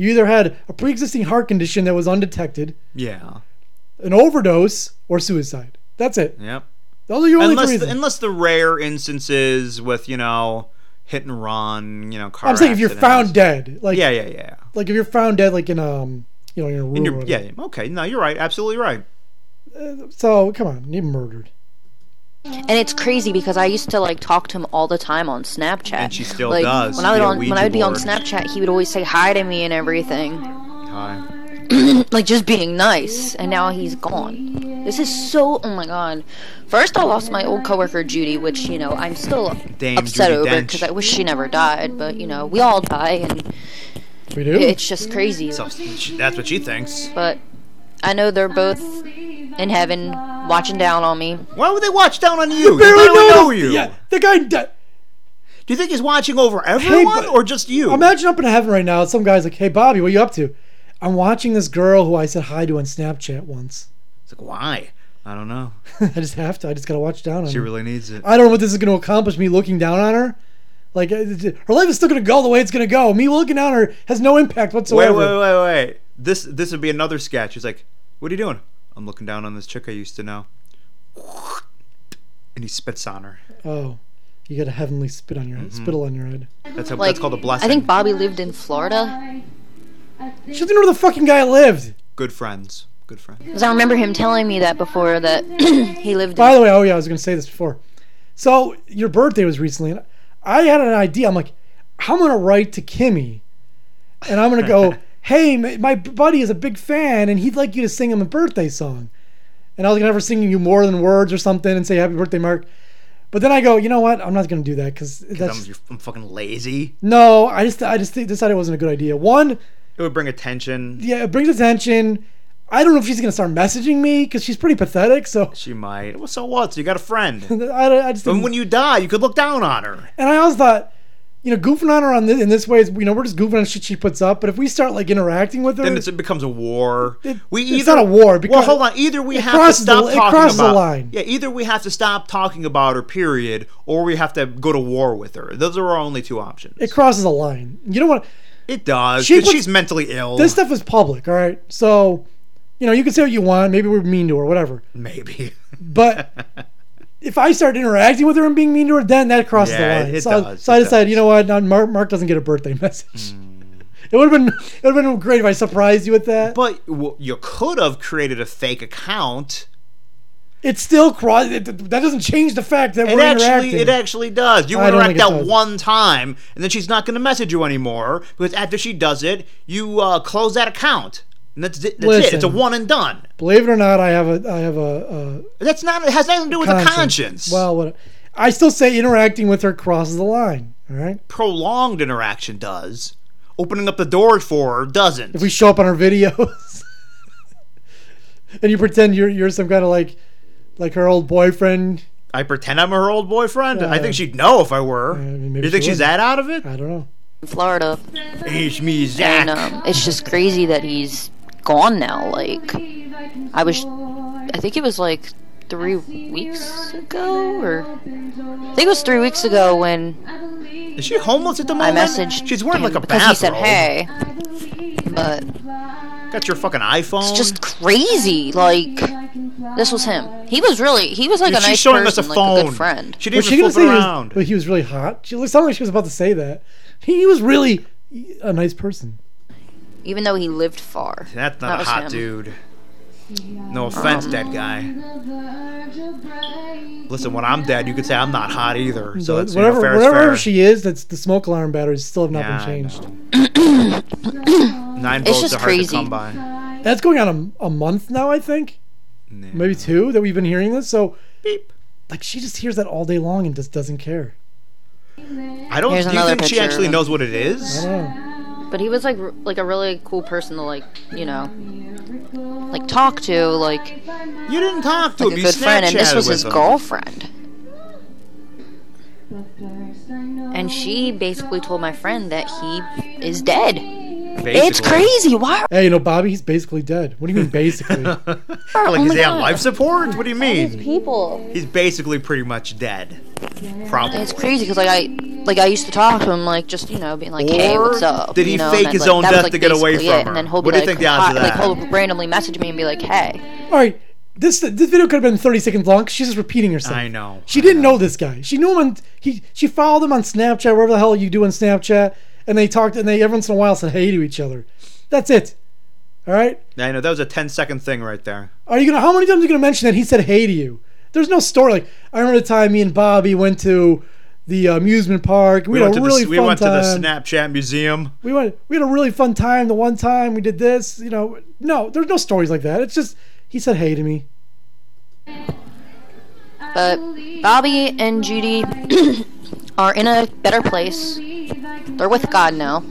you either had a pre-existing heart condition that was undetected
Yeah.
an overdose or suicide that's it
Yep.
Those are your only
Unless
three
the,
reasons.
unless the rare instances with you know hit and run, you know car.
I'm saying if you're found
accidents.
dead, like
Yeah, yeah, yeah.
like if you're found dead, like in um, you know, in a room.
And
or
you're,
whatever.
yeah. Okay. No, you're right. Absolutely right.
So come on, you murdered.
And it's crazy because I used to like talk to him all the time on Snapchat.
And she still
like,
does,
When I would
via
on, when
Ouija
I would be on
board.
Snapchat, he would always say hi to me and everything,
Hi.
like just being nice. And now he's gone. This is so. Oh my god. First, I lost my old coworker Judy, which you know I'm still
Damn,
upset
Judi
over
Dench.
because I wish she never died. But you know we all die, and
We do.
it's just crazy.
So she- that's what she thinks.
But I know they're both in heaven watching down on me.
Why would they watch down on you?
Barely
they barely know
noticed-
you.
Yeah, the guy. Di-
Do you think he's watching over everyone
but-
or just you?
imagine up in heaven right now. Some guy's like, "Hey, Bobby, what you up to?" I'm watching this girl who I said hi to on Snapchat once. <laughs>
It's like why? I don't know.
I just have to. I just gotta watch down on.
She
her.
really needs it.
I don't know what this is gonna accomplish. Me looking down on her, like it- it- her life is still gonna go the way it's gonna go. Me looking down on her has no impact
Wait,
whatsoever.
wait, wait, wait. This this would be another sketch. He's like, "What are you doing?" I'm looking down on this chick I used to know. And he spits on her.
Oh, you got a heavenly spit on
Mm-hmm.
your head, spittle on your head.
That's a,
Like,
that's called a blessing.
I think Bobby lived in Florida.
She didn't know where the fucking guy lived.
good friends. Good friends.
Because I remember him telling me that before that <clears throat> he lived
By
in.
the way, oh yeah, I was gonna say this before. So your birthday was recently, and I had an idea. I'm like, I'm gonna write to Kimmy, and I'm gonna go, hey, m- my buddy is a big fan, and he'd like you to sing him a birthday song. And I was gonna have her singing you more than words or something, and say happy birthday, Mark. But then I go, you know what? I'm not gonna do that because
I'm,
that's
you're, I'm fucking lazy.
no. I just I just decided it wasn't a good idea. One,
It would bring attention.
yeah, it brings attention. I don't know if she's gonna start messaging me because she's pretty pathetic. So <laughs>
She might. Well, so what? So you got a friend.
I, I just
and
didn't-
when you die, you could look down on her.
And I always thought, you know, goofing on her on this in this way is, you know, we're just goofing on shit she puts up. But if we start like interacting with her,
Then it's, it becomes a war.
It-
we
it's not a war,
well,
because
hold on. Either we
it
have to
crosses the-
stop
it
talking
crosses the
about
line.
Yeah, either we have to stop talking about her, period, or we have to go to war with her. Those are our only two options.
it crosses a line. You know what?
It does.
She
'cause
was-
she's mentally ill.
This stuff is public, all right. So, you know, you can say what you want. Maybe we're mean to her, whatever.
Maybe. <laughs>
But if I start interacting with her and being mean to her, then that crosses
Yeah,
the line.
it
so, I-
does,
so I
it
decided,
does. Hmm.
you know what? Now Mark, Mark doesn't get a birthday <laughs> message. It would have been it would have been great if I surprised you with that.
but well, you could have created a fake account.
It still cross. It, that doesn't change the fact that
It
we're
actually,
interacting.
it actually does. You
I don't think
interact
it
that
does.
one time, and then she's not going to message you anymore because after she does it, you uh, close that account, and that's it. That's it. It's a
Listen.
one and done.
Believe it or not, I have a I have a. a
That's not. It has nothing to do with a conscience.
Well, what I still say interacting with her crosses the line. All right.
prolonged interaction does. Opening up the door for her doesn't.
If we show up on her videos, <laughs> and you pretend you're you're some kind of like like her old boyfriend.
I pretend I'm her old boyfriend. I
Yeah.
think she'd know if I were.
mean, maybe
you think
she
she's
would.
that out of it?
I don't know.
Florida.
It's me, Zach.
And um, it's just crazy that he's gone now. Like, I was, I think it was like three weeks ago, or I think it was three weeks ago when
Is she homeless at the
I
moment?
messaged.
She's wearing
him
like a
because
bathrobe.
he said, "Hey," but
Got your fucking iPhone.
it's just crazy. Like, this was him. He was really, he was like
Dude,
a nice
she's showing
person,
us a
like
phone.
a good friend.
She
Was
didn't
she
even
gonna say
flip
he
it
was,
around.
but he was really hot? She it sounded like she was about to say that. He was really a nice person.
Even though he lived far.
That's
That
not
was
a hot
him.
dude. No offense, dead guy. Listen, when I'm dead, you could say I'm not hot either. So that's
whatever
you know, fair is
whatever
fair.
she is, that's the smoke alarm batteries still have not
Yeah, I
been changed.
know. Nine votes
just
are hard to
crazy.
come by.
That's going on a, a month now, I think.
Yeah.
Maybe two that we've been hearing this. So
Beep.
like she just hears that all day long and just doesn't care.
I don't.
Here's
do you
another
think she
picture of
actually
him.
knows what it is?
Oh.
But he was like r- like a really cool person to like you know like talk to like
You didn't talk to
like a
him. You
good friend, and this
Snapchatted
was
with
his
him.
girlfriend. And she basically told my friend that he is dead. It's
Basically.
crazy. Why
Hey, you know, Bobby, he's basically dead. What do you mean basically?
are
<laughs> Like,
oh
is
my
he on
God,
life support?
<laughs>
What do you mean?
people?
He's basically pretty much dead. Probably.
It's crazy because like I like I used to talk to him like just you know being like hey
Or
what's up?
did he
you know,
fake
and
his
like,
own
that was,
death
like,
to get away
basically
from
it.
her?
And then he'll be
What do
like,
you think the odds of
hi-
that?
Like he'll randomly message me and be like hey.
all right. This this video could have been 30 seconds long. 'cause She's just repeating herself.
I know.
She
I
didn't know. this guy. She knew him on he she followed him on Snapchat, wherever the hell you do on Snapchat, and they talked and they every once in a while said hey to each other. That's it. All right?
I know that was a 10 second thing right there.
Are you gonna? How many times are you gonna mention that he said hey to you? There's no story. Like I remember the time me and Bobby went to the amusement park. We,
We
had
went
a
to
really
the we
fun
went
time.
to the Snapchat museum.
we went. We had a really fun time. The one time we did this, you know, no, there's no stories like that. It's just he said hey to me.
But Bobby and Judy <clears throat> are in a better place. They're with God now.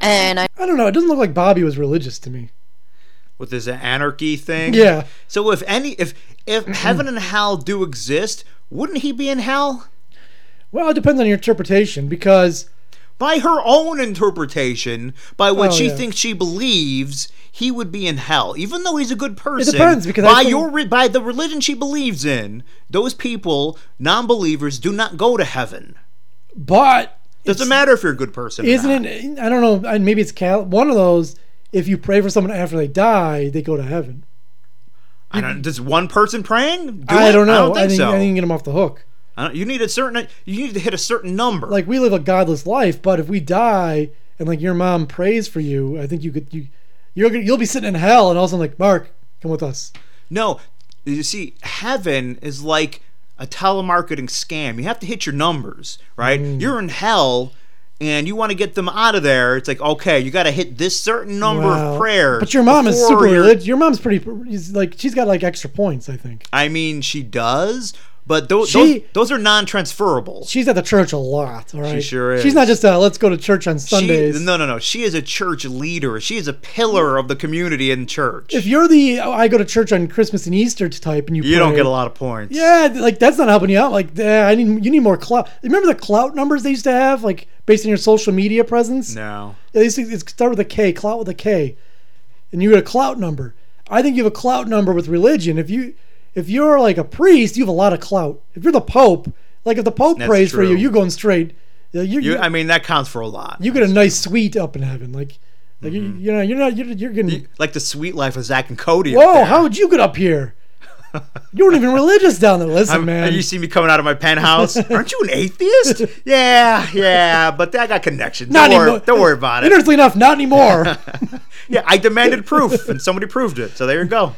And I
I don't know. It doesn't look like Bobby was religious to me.
with this anarchy thing.
Yeah.
So if any if
<clears throat>
if heaven and hell do exist, wouldn't he be in hell?
Well, it depends on your interpretation because
by her own interpretation, by what
Oh,
she
yeah.
thinks she believes, he would be in hell, even though he's a good person.
depends, because I
by
think-
your re- by the religion she believes in, those people, non-believers, do not go to heaven.
But
Doesn't matter if you're a good person. or not.
isn't it? I don't know. and Maybe it's Cal. One of those. If you pray for someone after they die, they go to heaven.
I don't, does one person praying? Do
I
it?
don't know.
I don't think
I
so.
I didn't get them off the hook.
I don't- you need a certain. You need to hit a certain number.
Like we live a godless life, but if we die and like your mom prays for you, I think you could you you're gonna, you'll be sitting in hell, and all of a sudden like Mark, come with us.
no, you see, heaven is like a telemarketing scam. You have to hit your numbers, right?
Mm.
You're in hell, and you want to get them out of there. It's like okay, you got to hit this certain number
Wow.
of prayers.
But your mom is
before
super
you're-
religious. Your mom's pretty. Is like she's got like extra points. I think
I mean, she does, but those
She-
those, those are non-transferable.
she's at the church a lot. All right,
sure is.
She's not just uh, let's go to church on Sundays.
She, no, no, no. She is a church leader. She is a pillar of the community in church.
If you're the oh, I go to church on Christmas and Easter type, and you
you don't
pray,
get a lot of points.
Yeah, th- like that's not helping you out. Like, eh, I need you need more clout. Remember the clout numbers they used to have, like based on your social media presence.
No.
They used to it's start with a K, clout with a K, and you get a clout number. I think you have a clout number with religion. If you if you're like a priest, you have a lot of clout. If you're the Pope, like if the Pope
That's
prays for you,
true.
you're going straight. You, you,
You,
you,
I mean, that counts for a lot.
get a nice suite up in heaven. Like, like
Mm-hmm.
you, you know, you're not you're, you're getting.
like the sweet life of Zach and Cody. up
Whoa,
there.
how would you get up
<laughs>
here? You weren't even religious down there. Listen,
I'm-
man.
You see me coming out of
<laughs>
my penthouse. Aren't you an atheist? yeah, yeah, but I got connections.
Not
Don't, worry,
anymore.
don't worry about it.
Interestingly enough, not
<laughs>
anymore.
Yeah, I demanded proof, and somebody proved it. So there you go.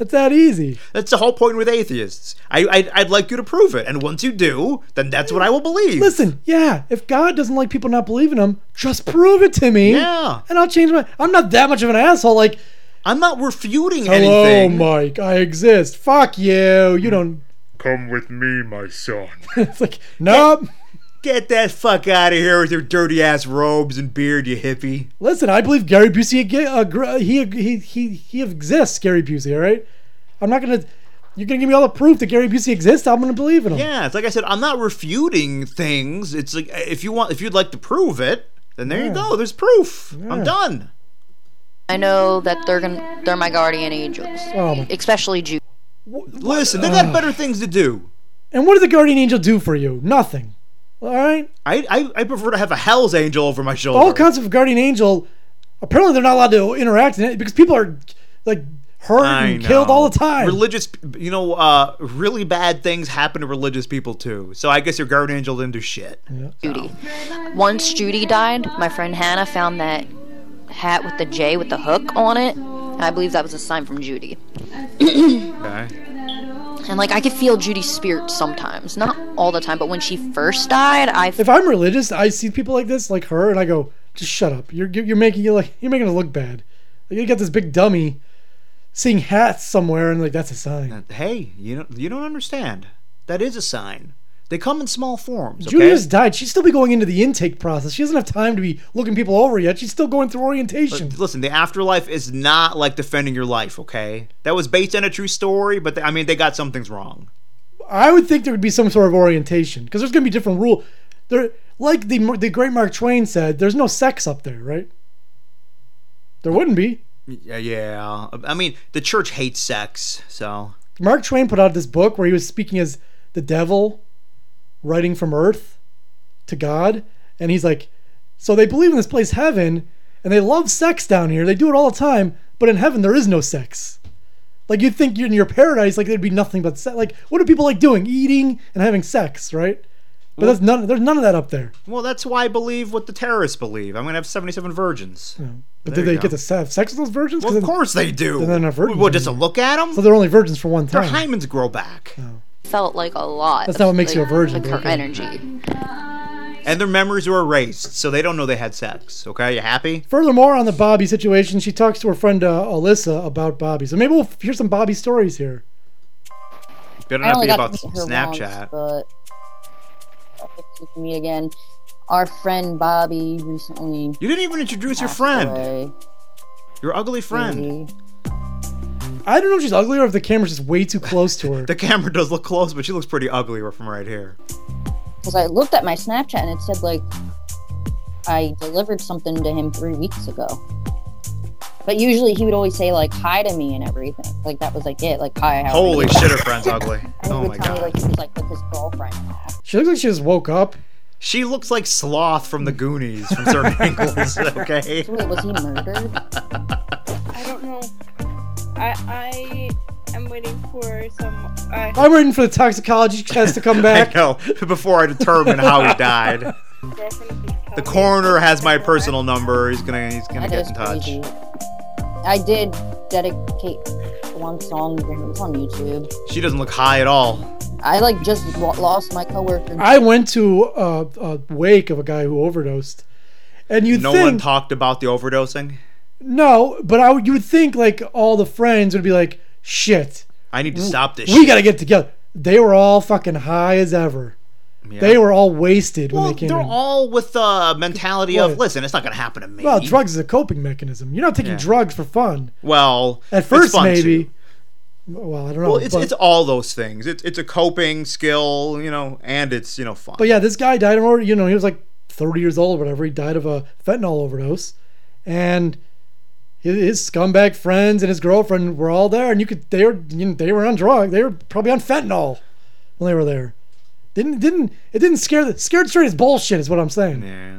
It's that easy.
That's the whole point with atheists. I, I, I'd like you to prove it, and once you do, then that's what I will believe.
Listen, yeah, if God doesn't like people not believing him, just prove it to me.
Yeah.
And I'll change my I'm not that much of an asshole. Like,
I'm not refuting
hello,
anything. Mm-hmm.
Mike, I exist. Fuck you. You don't
Come with me, my son.
<laughs> it's like nope.
Get that fuck out of here with your dirty ass robes and beard, you hippie.
Listen, I believe Gary Busey. ag- Uh, gr- he he he he exists. Gary Busey. All right, I'm not gonna. You're gonna give me all the proof that Gary Busey exists. I'm gonna believe in him.
Yeah, it's like I said, I'm not refuting things. It's like uh, if you want, if you'd like to prove it, then there you go. There's proof. I'm done.
I know that they're gonna they're my guardian angels,
Oh my-
especially Jude.
Listen, they got better things to do.
And what did the guardian angel do for you? Nothing. All right.
I, I, I prefer to have a Hell's Angel over my shoulder.
All concept of guardian angel. Apparently, they're not allowed to interact in it because people are like hurt
I
and killed
know.
all the time.
Religious, you know, uh, really bad things happen to religious people too. So I guess your guardian angel didn't do shit.
Judy. Once Judy died, my friend Hannah found that hat with the J with the hook on it. And I believe that was a sign from Judy.
Okay.
And like I could feel Judy's spirit sometimes, not all the time, but when she first died, I
if I'm religious, I see people like this, like her, and I go, just shut up. You're you're making you like you're making it look bad. Like, you got this big dummy. Seeing hats somewhere and like that's a sign.
Hey, you don't, you don't understand. That is a sign. They come in small forms.
Judy
okay?
just died. She'd still be going into the intake process. She doesn't have time to be looking people over yet. She's still going through orientation.
Listen, the afterlife is not like defending your life, okay? That was based on a true story, but they, I mean, they got something's wrong.
I would think there would be some sort of orientation because there's going to be different rule. There, like the the great Mark Twain said, there's no sex up there, right? There wouldn't be.
Yeah, yeah. I mean, the church hates sex, so
Mark Twain put out this book where he was speaking as the devil, writing from Earth to God, and he's like, so they believe in this place heaven, and they love sex down here. They do it all the time, but in heaven there is no sex. Like you'd think you're in your paradise, like there'd be nothing but sex. Like what do people like doing? Eating and having sex, right? But that's none. There's none of that up there.
well, that's why I believe what the terrorists believe. I'm gonna have 77 virgins.
But
There
did they
you go.
get to have sex with those virgins? 'Cause
Well, of
then-
course they do.
they're not virgins
Well, just to look at them,
So they're only virgins for one
their
time.
hymens grow back,
felt like a lot.
That's
of,
not what makes you a
like,
virgin,
Like her
okay.
energy.
and their memories are erased, so they don't know they had sex. Okay, you happy?
Furthermore, on the Bobby situation, she talks to her friend uh, Alyssa about Bobby. So maybe we'll f- hear some Bobby stories here.
Better
I
not
only
be
got
about
to meet her
Snapchat.
once, but if we can meet again. Our friend Bobby recently.
you didn't even introduce your
passed
friend,
away.
your ugly friend.
He-
I don't know if she's ugly or if the camera's just way too close to her.
<laughs> The camera does look close, but she looks pretty ugly from right here.
Because I looked at my Snapchat and it said like
I delivered something to him three weeks ago. But usually he would always say like hi to me and everything. Like that was like it. Like hi. How are you?"
Holy shit, her friend's ugly.
And he
Oh
would
my
tell me
god.
like he was like with his girlfriend. now.
She looks like she just woke up.
She looks like Sloth from the Goonies from
<laughs>
certain angles, okay?
Wait, was he
<laughs>
murdered?
I don't know. I I am waiting for some. I
I'm waiting for the toxicology <laughs> test to come
I
back.
know, before I determine how he died.
definitely.
The coroner has my personal number. He's gonna he's gonna
That
get
is
in touch.
crazy. I did dedicate one song to him. It was on YouTube.
She doesn't look high at all.
I like just lo- lost my coworker.
I went to a, a wake of a guy who overdosed, and you
No
think
one talked about the overdosing.
no, but I would- you would think like all the friends would be like, "Shit,
I need to stop this
Mm. we
shit.
gotta get together." They were all fucking high as ever.
Yeah.
They were all wasted when
well,
they came
they're
in.
all with the mentality of
What?
listen, it's not gonna happen to me.
well, drugs is a coping mechanism. You're not taking
Yeah.
drugs for fun.
Well,
At
it's
first,
fun
maybe.
too.
Well, I don't know.
Well, it's
but,
it's all those things. It's it's a coping skill, you know, and it's you know fun.
but yeah, this guy died. Or you know, he was like 30 years old, or whatever. He died of a fentanyl overdose, and his, his scumbag friends and his girlfriend were all there, and you could they were you know, they were on drugs. They were probably on fentanyl when they were there. Didn't didn't it didn't scare the scared straight is bullshit is what I'm saying.
yeah.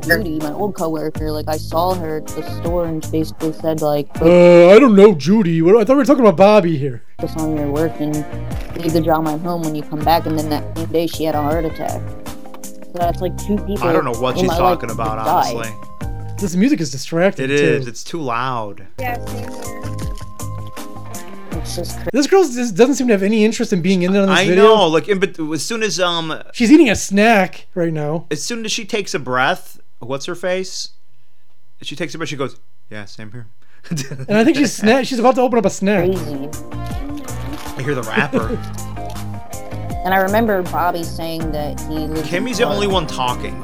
Judy, my old coworker, like I saw her at the store and she basically said like
Uh, I don't know, Judy. What, I thought we were talking about Bobby here.
focus on your work and leave the drama at home when you come back. And then that same day she had a heart attack. So that's like two people.
I don't know what
in
she's
my life
talking
that
about.
died.
Honestly,
This music is distracting.
it
too.
is. It's too loud.
Yeah, same here.
It's just crazy.
This girl just doesn't seem to have any interest in being in there on this
I
video.
know. Like, in, bet- as soon as um,
She's eating a snack right now.
as soon as she takes a breath, what's her face? She takes a breath. She goes, "Yeah, same here."
And I think she's sna- she's about to open up a snack.
<laughs> Oh, I hear the rapper.
And I remember Bobby saying that he. lived in
Kimmy's the only
Florida.
one talking.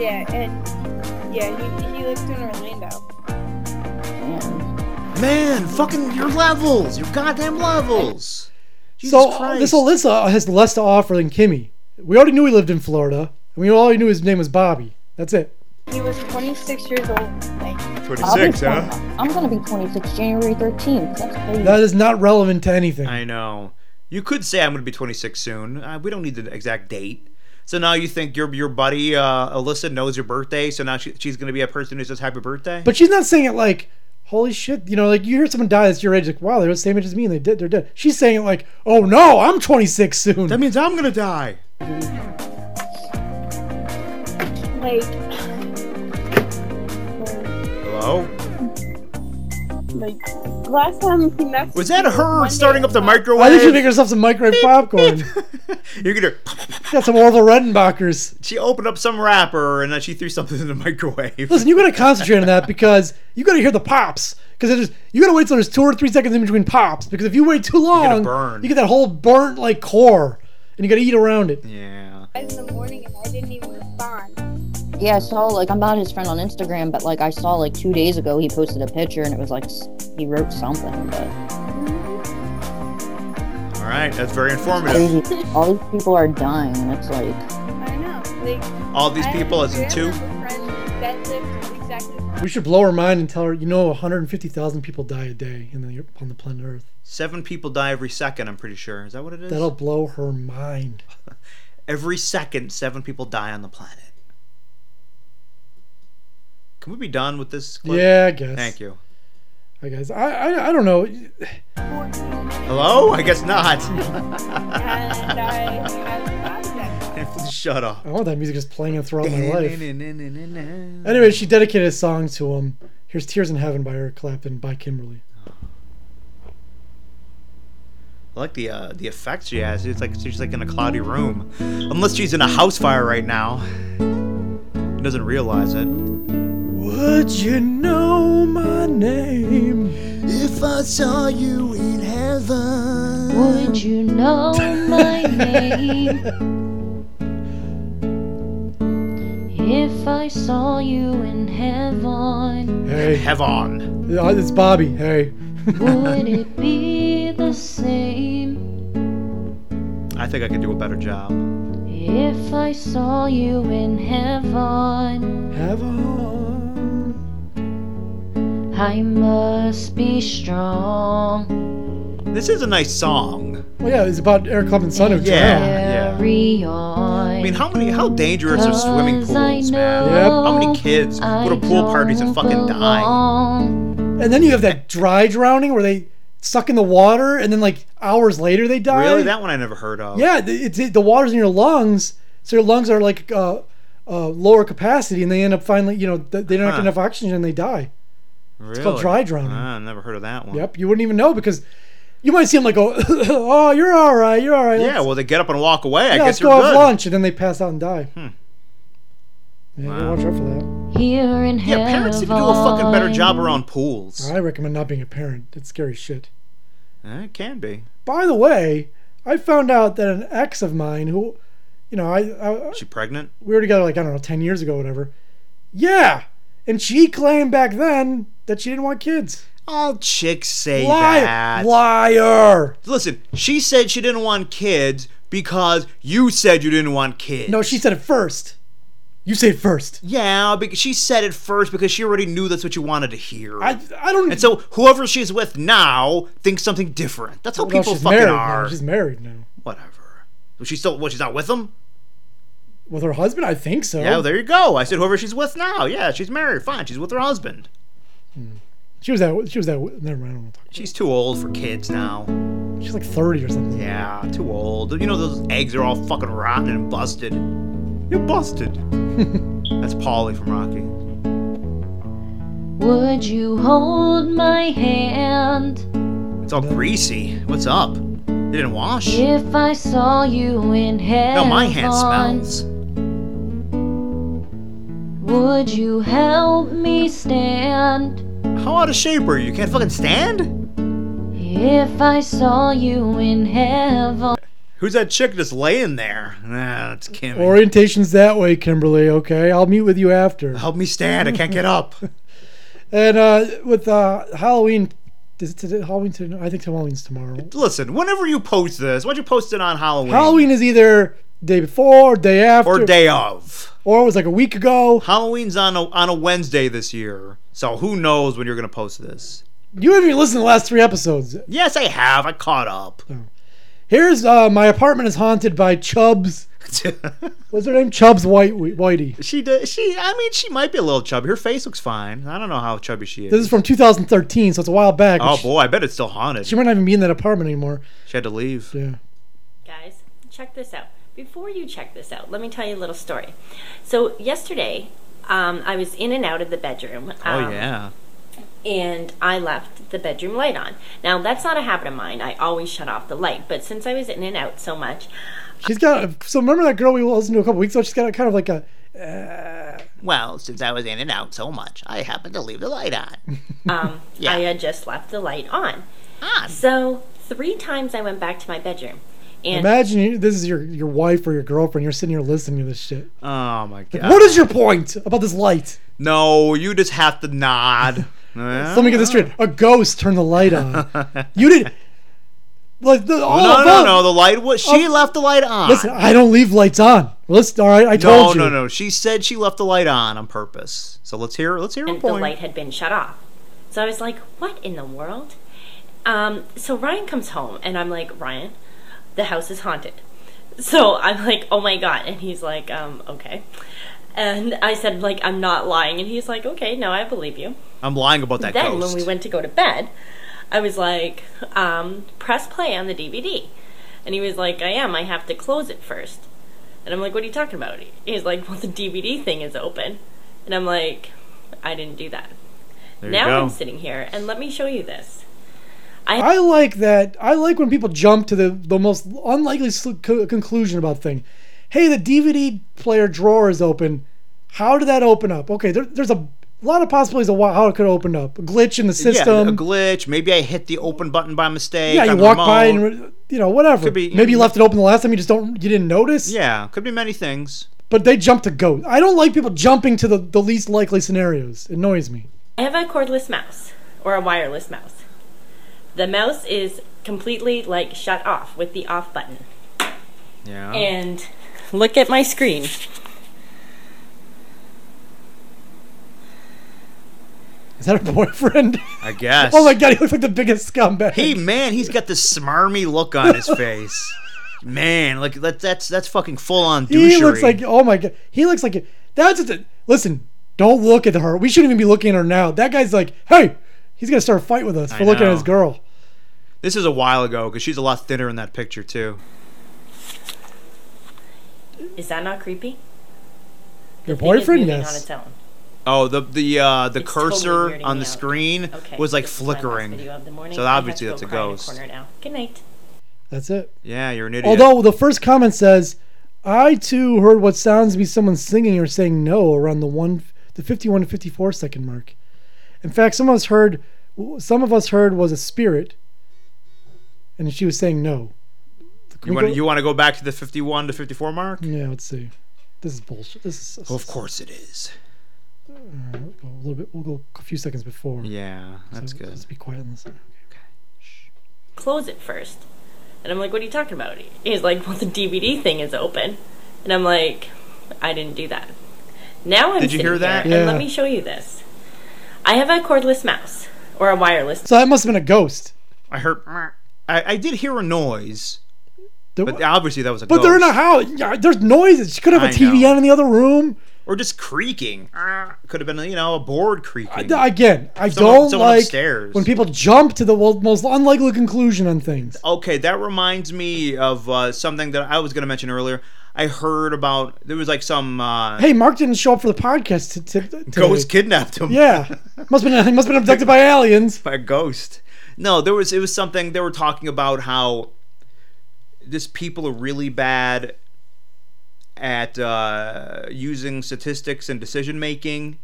Yeah, and yeah, he, he lives in Orlando.
Yeah.
Man, fucking your levels, your goddamn levels. Jesus
So uh,
Christ.
this Alyssa has less to offer than Kimmy. We already knew he lived in Florida. And we already knew his name was Bobby. That's it.
He was 26 years old. Like,
26,
I'll be
huh?
20 I'm gonna be 26 January 13th. That's crazy.
That is not relevant to anything.
I know. You could say I'm going to be 26 soon. Uh, we don't need the exact date. So now you think your your buddy uh, Alyssa knows your birthday, so now she, she's going to be a person who says happy birthday.
But she's not saying it like, holy shit. You know, like you hear someone die that's your age, like, wow, they're the same age as me and they did, they're dead. She's saying it like, oh no, I'm 26 soon.
that means I'm going to die.
like,
Hello?
like last time he messaged
Was that
me
her
one day
starting up the
about-
microwave?
I think she's making herself some microwave
<laughs>
popcorn.
You're gonna.
Got some Orville Redenbachers.
<laughs> She opened up some wrapper and then she threw something in the microwave.
Listen, you gotta concentrate on that because you gotta hear the pops. Because you gotta wait till there's two or three seconds in between pops. Because if you wait too long,
burn.
you get that whole burnt like core, and you gotta eat around it.
yeah.
in the morning and I didn't even respond.
Yeah, I saw like I'm not his friend on Instagram, but like I saw like two days ago he posted a picture and it was like s- he wrote something, but
All right. That's very informative.
crazy. All these people are dying, and it's like
I know. Like,
Oh.
All these
I
people, as
have a
in two.
grandma friend that lived exactly
We should blow her mind and tell her, you know, 150,000 people die a day in the, on the planet Earth.
Seven people die every second. I'm pretty sure. Is that what it is?
That'll blow her mind.
Every second, seven people die on the planet. Can we be done with this? Clip?
Yeah, I guess.
Thank you.
I guess. I, I, I don't know.
Hello? I guess not. <laughs>
and I have a that.
Please shut up.
I want that music just playing throughout my life.
<laughs> Anyway.
Anyway, she dedicated a song to him. Here's Tears in Heaven by Eric Clapton by Kimberly.
I like the uh, the effects she has. It's like she's like in a cloudy room, unless she's in a house fire right now. Doesn't realize it.
Would you know my name?
If I saw you in heaven,
Would you know my name? If I saw you in heaven,
Hey,
heaven.
uh, it's Bobby. Hey,
would it be the same?
I think I could do a better job.
If I saw you in heaven,
Have on.
I must be strong.
This is a nice song.
Well, yeah, it's about Eric Clapton's son who drowned.
Yeah.
Carry on.
I mean, how many? How dangerous are swimming
Cause I
pools, man?
know
Yep.
How many kids go to
I
pool parties and
don't
fucking die?
belong.
And then you have that dry drowning where they suck in the water and then like hours later they die.
Really, that one I never heard of.
Yeah, the- it's it, the water's in your lungs, so your lungs are like uh, uh, lower capacity, and they end up finally, you know, th- they don't
Huh.
have enough oxygen and they die.
really?
called dry drowning.
Ah, I've never heard of that one.
Yep, you wouldn't even know because you might see them like go, oh, <laughs> you're all right, you're all right.
Yeah,
let's-
well, they get up and walk away. I
yeah, let's
guess
go
you're
have
good. Hmm.
lunch, and then they pass out and die. Yeah, you
Wow.
watch out for that.
Here in
Yeah,
heaven.
parents need to do a fucking better job around pools.
I recommend not being a parent. It's scary shit.
Eh, It can be.
By the way, I found out that an ex of mine who, you know, I, I
Is she pregnant?
we were together like I don't know, ten years ago, whatever. Yeah, and she claimed back then that she didn't want kids.
All chicks say
Liar,
that.
liar.
Listen, she said she didn't want kids because you said you didn't want kids.
No, she said it first. You say it first.
Yeah, because she said it first because she already knew that's what you wanted to hear.
I, I don't.
and so whoever she's with now thinks something different. That's how
Well,
people
she's
fucking
married
are.
Now. She's married now
Whatever. So she's still what? She's not with him?
with her husband. I think so.
Yeah, well, there you go. I said whoever she's with now. Yeah, she's married. Fine, she's with her husband.
she was that. She was that. Never mind. I don't want to talk.
She's too old for kids now.
She's like thirty or something.
Yeah, too old. You know those eggs are all fucking rotten and busted.
<laughs>
You're busted. That's Polly from Rocky.
Would you hold my hand
It's all greasy. What's up? They didn't wash?
if I saw you in heaven?
No, my hand smells.
Would you help me stand
How out of shape are you? You can't fucking stand?
if I saw you in heaven?
Who's that chick just laying there? Nah, that's Kimmy.
Orientation's that way, Kimberly. Okay, I'll meet with you after.
<laughs> Help me stand. I can't
<laughs>
get up.
And uh, with uh, Halloween, is it today, Halloween? Today? I think Halloween's tomorrow.
Listen, whenever you post this, why'd you post it on Halloween?
Halloween is either day before, day after,
Or day of.
or it was like a week ago.
Halloween's on a, on a Wednesday this year, so who knows when you're going to post this.
You haven't even listened to the last three episodes.
Yes, I have. I caught up. <laughs>
Here's uh, my apartment is haunted by Chubbs. What's her name? Chubbs White Whitey.
she did. She. I mean, she might be a little chubby. Her face looks fine. I don't know how chubby she is.
This is from 2013, so it's a while back.
oh
She-
boy, I bet it's still haunted.
She might not even be in that apartment anymore.
She had to leave.
Yeah.
guys, check this out. Before you check this out, let me tell you a little story. So yesterday, um, I was in and out of the bedroom.
Oh
um,
yeah.
and I left the bedroom light on. Now, that's not a habit of mine. I always shut off the light, but since I was in and out so much,
She's got. A, so remember that girl we listened to a couple weeks ago? She's got a, kind of like a.
Well, since I was in and out so much, I happened to leave the light on.
<laughs>
um, I had just left the light on. So, three times I went back to my bedroom. And
Imagine you, this is your your wife or your girlfriend. You're sitting here listening to this shit.
Oh my god.
What is your point about this light?
No, you just have
<laughs>
to nod. Yeah.
Let me get this straight. A ghost turned the light
<laughs>
on. you did. Like the, all
no,
of
no,
us-
no. The light was. She left the light on.
Oh. Listen, I don't leave lights on. Listen, all right, I
no,
told you.
no, no. She said she left the light on on purpose. So let's hear. Let's hear her
and the
point.
light had been shut off. So I was like, what in the world? Um, so Ryan comes home and I'm like, Ryan, the house is haunted. So I'm like, oh my god. And he's like, um, okay. And I said, like, I'm not lying. And he's like, okay, no, I believe you.
I'm lying about that
then
ghost.
when we went to go to bed, I was like, um, press play on the DVD. And he was like, I am. I have to close it first. And I'm like, what are you talking about? He's like, well, the DVD thing is open. And I'm like, I didn't do that.
there
Now
you
I'm
go.
sitting here, and let me show you this.
I like that. I like when people jump to the, the most unlikely s- co- conclusion about thing. Hey, the DVD player drawer is open. How did that open up? Okay, there, there's a lot of possibilities of why, how it could open up. A glitch in the
Yeah,
system.
a glitch. Maybe I hit the open button by mistake.
Yeah, you
on the
walk by
remote.
and you know whatever.
Could be-
Maybe you left it open the last time. You just don't. You didn't notice.
Yeah, could be many things.
But they jump to ghost. I don't like people jumping to the, the least likely scenarios. It annoys me.
I have a cordless mouse, or a wireless mouse. The mouse
Oh.
is completely like shut off with the off button.
Yeah.
And Look at my screen.
Is that her boyfriend?
I guess.
<laughs> oh my god, he looks like the biggest scumbag.
Hey man, he's got this smarmy look
<laughs>
on his face. Man, like that, that's that's fucking full on douchery.
he looks like oh my god, he looks like that's just a, listen. Don't look at her. We shouldn't even be looking at her now. That guy's like, hey, he's gonna start a fight with us for looking
know.
at his girl.
this is a while ago because she's a lot thinner in that picture too.
Is that not creepy?
Your
Thing is
boyfriend,
moving on
yes.
its own.
Oh, the the uh, the
It's totally
cursor
weirding
on
me
the
out.
screen
Okay,
was like
this is my last
flickering.
video of the morning.
So
I have
obviously
to go
that's a
cry in
ghost.
corner now. Good night.
That's it.
Yeah, you're an idiot.
Although the first comment says, I too heard what sounds to be someone singing or saying no around the one, the 51 to 54 second mark. In fact, some of us heard, some of us heard was a spirit, and she was saying no.
you want you want to go back to the 51 to 54 mark?
Yeah, let's see. This is bullshit. This is.
Of course it is.
We'll go Uh, a little bit. We'll go a few seconds before.
Yeah, that's
So
good.
Let's be quiet and listen.
Close it first. And I'm like, what are you talking about? He's like, well, the DVD thing is open. And I'm like, I didn't do that. Now I'm
Did you
sitting
hear that?
here, And
Yeah.
let me show you this. I have a cordless mouse or a wireless.
So that must have been a ghost.
I heard. I, I did hear a noise,
There-
but obviously that was a
but they're in a
ghost.
house. Yeah, there's noises. She could have a
I
TV
know.
on in the other room.
or just creaking. Could have been you know a board creaking.
Again, I
Someone-
don't
someone
like
upstairs.
when people jump to the wo- most unlikely conclusion on things.
okay, that reminds me of uh, something that I was going to mention earlier. I heard about there was like some uh,
Hey, Mark didn't show up for the podcast. To, to, today.
ghost kidnapped him.
Yeah,
<laughs>
must been he must been abducted by aliens.
by a ghost. No, there was it was something they were talking about how this people are really bad at uh, using statistics and decision making.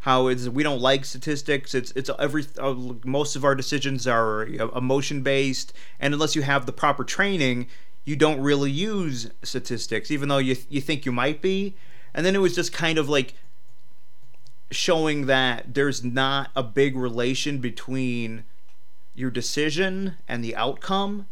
How it's we don't like statistics. It's it's every uh, most of our decisions are emotion based, and unless you have the proper training, you don't really use statistics, even though you you think you might be. And then it was just kind of like showing that there's not a big relation between your decision and the outcome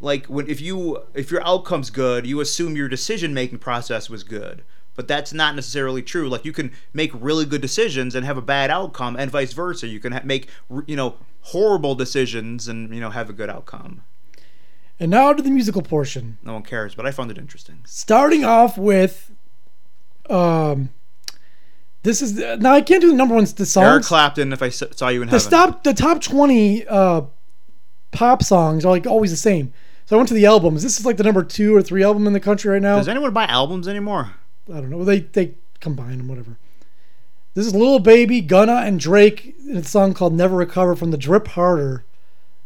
like when if you if your outcome's good you assume your decision making process was good but that's not necessarily true like you can make really good decisions and have a bad outcome and vice versa you can ha- make r- you know horrible decisions and you know have a good outcome
And now to the musical portion.
no one cares but i found it interesting
Starting off with, um, this is uh, now I can't do the number one the songs.
eric clapton if i s- saw you in
the
heaven
stop the top 20 uh pop songs are like always the same so i went to the albums this is like the number two or three album in the country right now
does anyone buy albums anymore
i don't know they they combine them whatever this is Lil Baby, Gunna, and Drake in a song called "Never Recover" from the Drip Harder.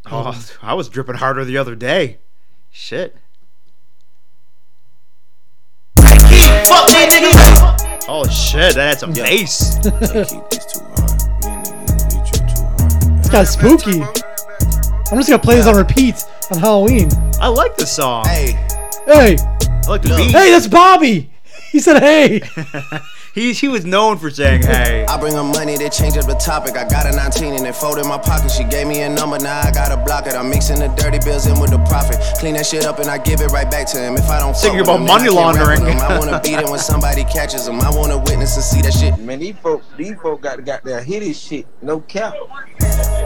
Um,
oh i was dripping harder the other day shit Oh shit, that's a bass.
It's got spooky. I'm just gonna play this on repeat on Halloween.
I like the song.
Hey,
I like the beat.
hey, that's Bobby. <laughs> He said, "Hey."
He, he was known for saying, hey.
I bring her money to change up the topic. I got a 19 and it folded in my pocket. She gave me a number, now I gotta block it. I'm mixing the dirty bills in with the profit. Clean that shit up and I give it right back to him. If I don't fuck
Thinking
with
about
him,
money
then I can't rap with
laundering.
him. I wanna beat him when somebody catches him. I wanna witness and see that shit.
Man, these folk, these folk got to goddamn hit his shit. No cap.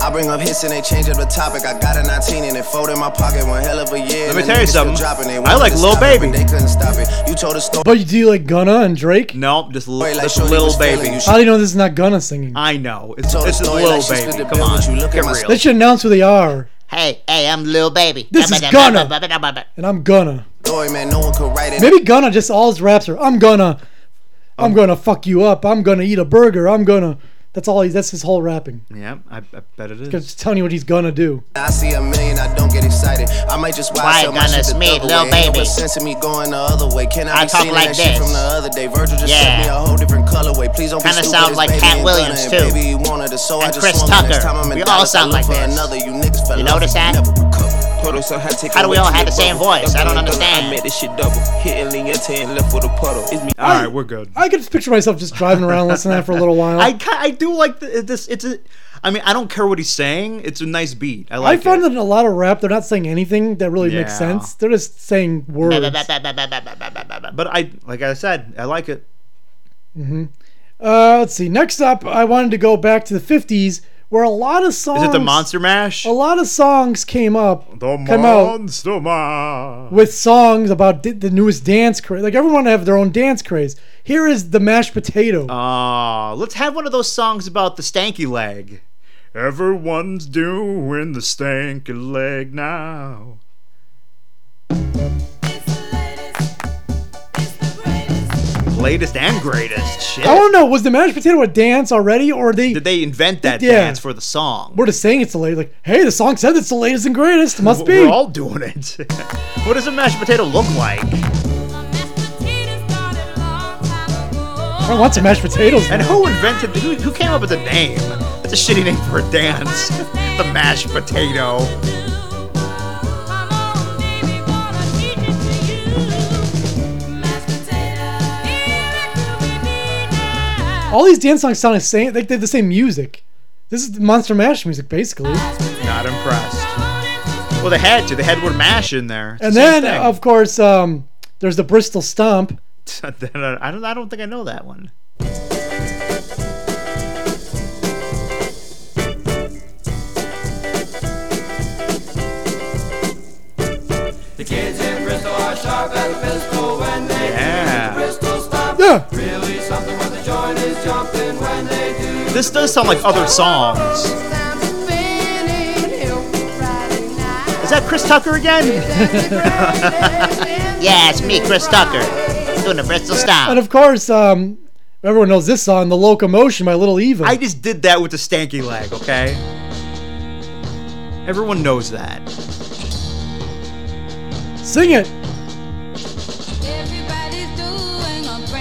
I bring up hits and they change up the topic. I got a 19 and it folded in my pocket. One hell of a year.
Let me
and
tell
the
you
niggas still
something.
dropping. They
I
wanted
like
to
Lil
stop it,
Baby.
but They couldn't stop it. You told a story
But you do like Gunna and Drake?
<laughs> Nope, just, li-
like
just
Shorty was
little
feeling
baby.
you.
How do you know this is not Gunna singing?
I know. It's,
Told a
this is
story
little
like she split
baby.
the
Come
bill,
on.
but you look at
Get
my
real.
They should announce who they are.
Hey, hey, I'm Lil Baby.
This is Gunna. And I'm Gunna.
story, man. No one could write it. Um,
Maybe Gunna just all his raps are I'm gonna I'm gonna fuck you up. I'm gonna eat a burger. I'm gonna that's all he that's his whole rapping.
Yeah, I, I bet it
I'm
is.
just telling you what he's gonna do.
I see a million, I don't get excited. I might just
Why
why sell my
gonna
shit the
smear,
other
little
way. Ain't no
baby?
sense in me going the other way. Can I,
I
be
talk
seen in
like
that shit
this.
from the other day? Virgil just
Yeah.
sent me a whole different colorway. Please don't
Kinda
be stupid.
sound
It's
like
baby
Cat
and
Williams,
Gunna and
too.
Baby, you wanted it, so I
And
just
Chris
swung, and this
Tucker.
time I'm in
We all
Dallas. I
sound
look
like
for
this.
Another, you niggas fell
You
off,
notice that?
Never recover. puddle, so high ticket.
How do we
went
all
to
have
the
the same
bubble.
voice? I don't
Double, double, I
understand.
made this shit double. Hitting Leonetta and left with a puddle. It's me.
All right, we're good.
I could just picture myself just driving around listening to that for a little while.
<laughs> I, ki- I do like th- this. It's a. I mean, I don't care what he's saying. It's a nice beat. I
I
like
find that in a lot of rap, they're not saying anything that really makes
Yeah.
sense. They're just saying words.
it. But I, like I said, I like it.
hmm Uh, let's see. Next up, I wanted to go back to the 50s where a lot of songs.
Is it the Monster Mash?
A lot of songs came up.
The
Oh, come out
Monster Mash.
with songs about d- the newest dance craze. Like everyone have their own dance craze. Here is the mashed potato.
Ah, let's have one of those songs about the stanky leg.
Everyone's doing the stanky leg now.
Latest and greatest. Shit.
I don't know. Was the mashed potato a dance already, or they
Did they invent that
Yeah.
dance for the song?
we're just saying it's the latest? Like, hey, the song said it's the latest and greatest. Must be.
We're all doing it. <laughs> what does a mashed potato look like?
I want some mashed potatoes.
And who invented? Who, who came up with the name? That's a shitty name for a dance. <laughs> the mashed potato.
All these dance songs sound the same. Like they have the same music. This is Monster Mash music, basically.
Ah, Not impressed. Well, they had to. They had word mash in there. It's
And
the same
then, of course, um, there's the Bristol Stomp.
<laughs> thing. uh, I don't. I don't think I know that one.
The kids in Bristol are sharp as a pistol when they
Yeah.
Bristol stomp.
Yeah.
Really something when the joint is jumping when they do.
This does sound like other songs. Is that Chris Tucker again?
Yeah, it's me, Chris Tucker, doing a Bristol style.
And of course, um, everyone knows this song, "The Locomotion" by Little Eva.
I just did that with the stanky leg, okay? Everyone knows that.
Sing it.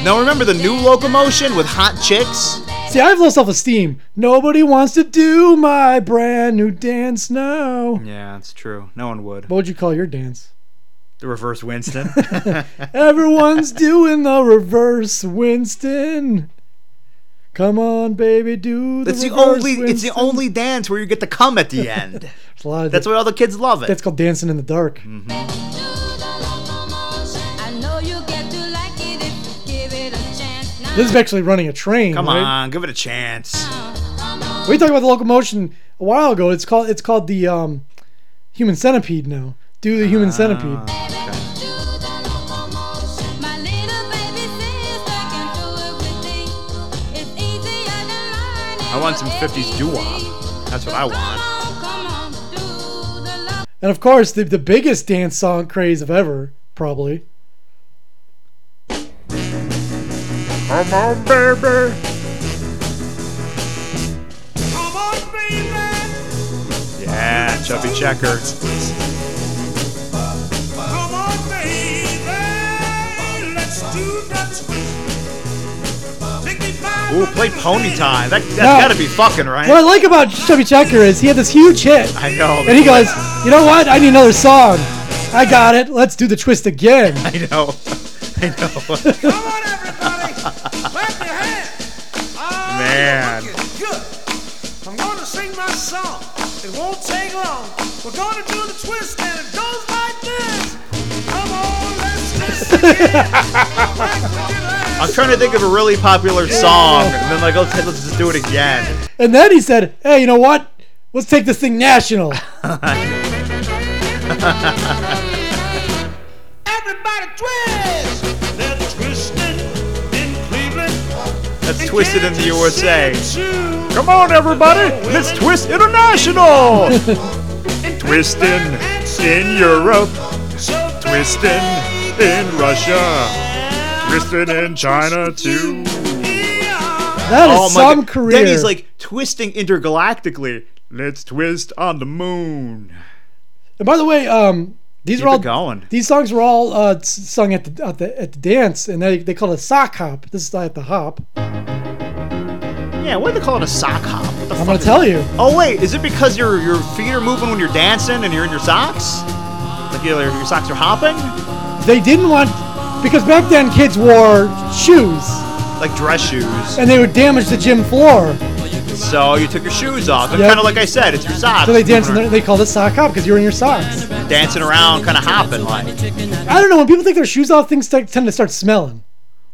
Now remember the new locomotion with hot chicks?
See, I have low self-esteem. Nobody wants to do my brand new dance now.
Yeah, that's true. No one would.
What would you call your dance?
The reverse
<laughs>
Winston. <laughs>
Everyone's doing the reverse, Winston. Come on, baby, do the
That's the
reverse,
only it's the
Winston.
only dance where you get to come at the end.
There's a lot of
That's why Mm. all the kids love it.
That's called dancing in the dark. This is actually running a train.
Come
right?
on, give it a chance.
We talked about the locomotion a while ago. It's called it's called the um, human centipede now. Do the human centipede.
Ah. I want some 50s doo-wop. That's what I want.
And of course, the, the biggest dance song craze of ever, probably.
Come on, baby.
Yeah, Chubby Checker. Ooh, play Pony Time. That, that's
Now-
gotta be fucking, right?
What I like about Chubby Checker is he had this huge hit.
I know.
<laughs> And he goes, you know what? I need another song. I got it. Let's do the twist again.
I know. I know. Come on, <laughs> everybody.
Clap your hands.
Man.
Good. I'm gonna sing my song. It won't take long. We're gonna do the twist and it goes like this. Come on, let's twist again.
I'm trying to think of a really popular song, and then like, let's, let's just do it again.
And then he said, hey, you know what? Let's take this thing national.
Everybody twist. They're twisting in Cleveland.
That's Twisted in the USA.
Come on, everybody. Let's twist
<laughs>
international. Twisting in Europe. Twisting in Russia. Twisting in China, too.
That is
my
some
God.
career.
Oh Then he's like twisting intergalactically.
Let's twist on the moon.
and by the way, um, these
Keep
are all
it going.
These songs were all uh, s- sung at the, at the at the dance, and they they call it sock hop. This is at the hop.
Yeah, why do they call it a sock hop? What the
I'm
fuck
gonna
is
tell
that?
you.
Oh wait, is it because your your feet are moving when you're dancing and you're in your socks? Like your your socks are hopping,
They didn't want because back then kids wore shoes
like dress shoes.
and they would damage the gym floor.
So you took your shoes off.
Yep.
Kind of like I said, it's your socks.
So they danced and they called it sock hop because you were in your socks.
dancing around, kind of hopping like.
I don't know when people take their shoes off, things start, tend to start smelling.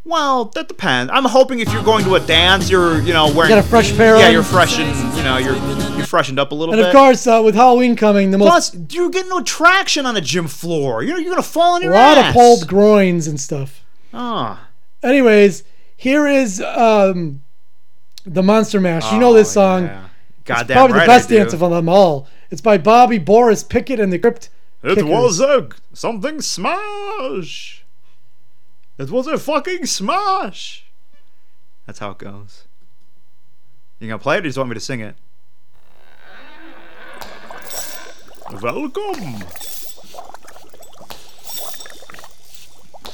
Well, that depends. I'm hoping if you're going to a dance, you're you know wearing
got a fresh pair
Yeah,
on?
you're fresh and you know you're you're freshened up a little
And
bit.
of course, uh, with Halloween coming, the most
Plus, you're getting no traction on the gym floor. You're, you're gonna fall on
a
your
lot
ass.
of pulled groins and stuff.
Ah.
Anyways, here is um, the Monster Mash. You know this song.
Goddamn
Probably
right
the best
I do.
dance of them all. It's by Bobby Boris Pickett and the Crypt.
It
Kickers.
was a something smash. It was a fucking smash.
That's how it goes. You gonna play it or you just want me to sing it?
Welcome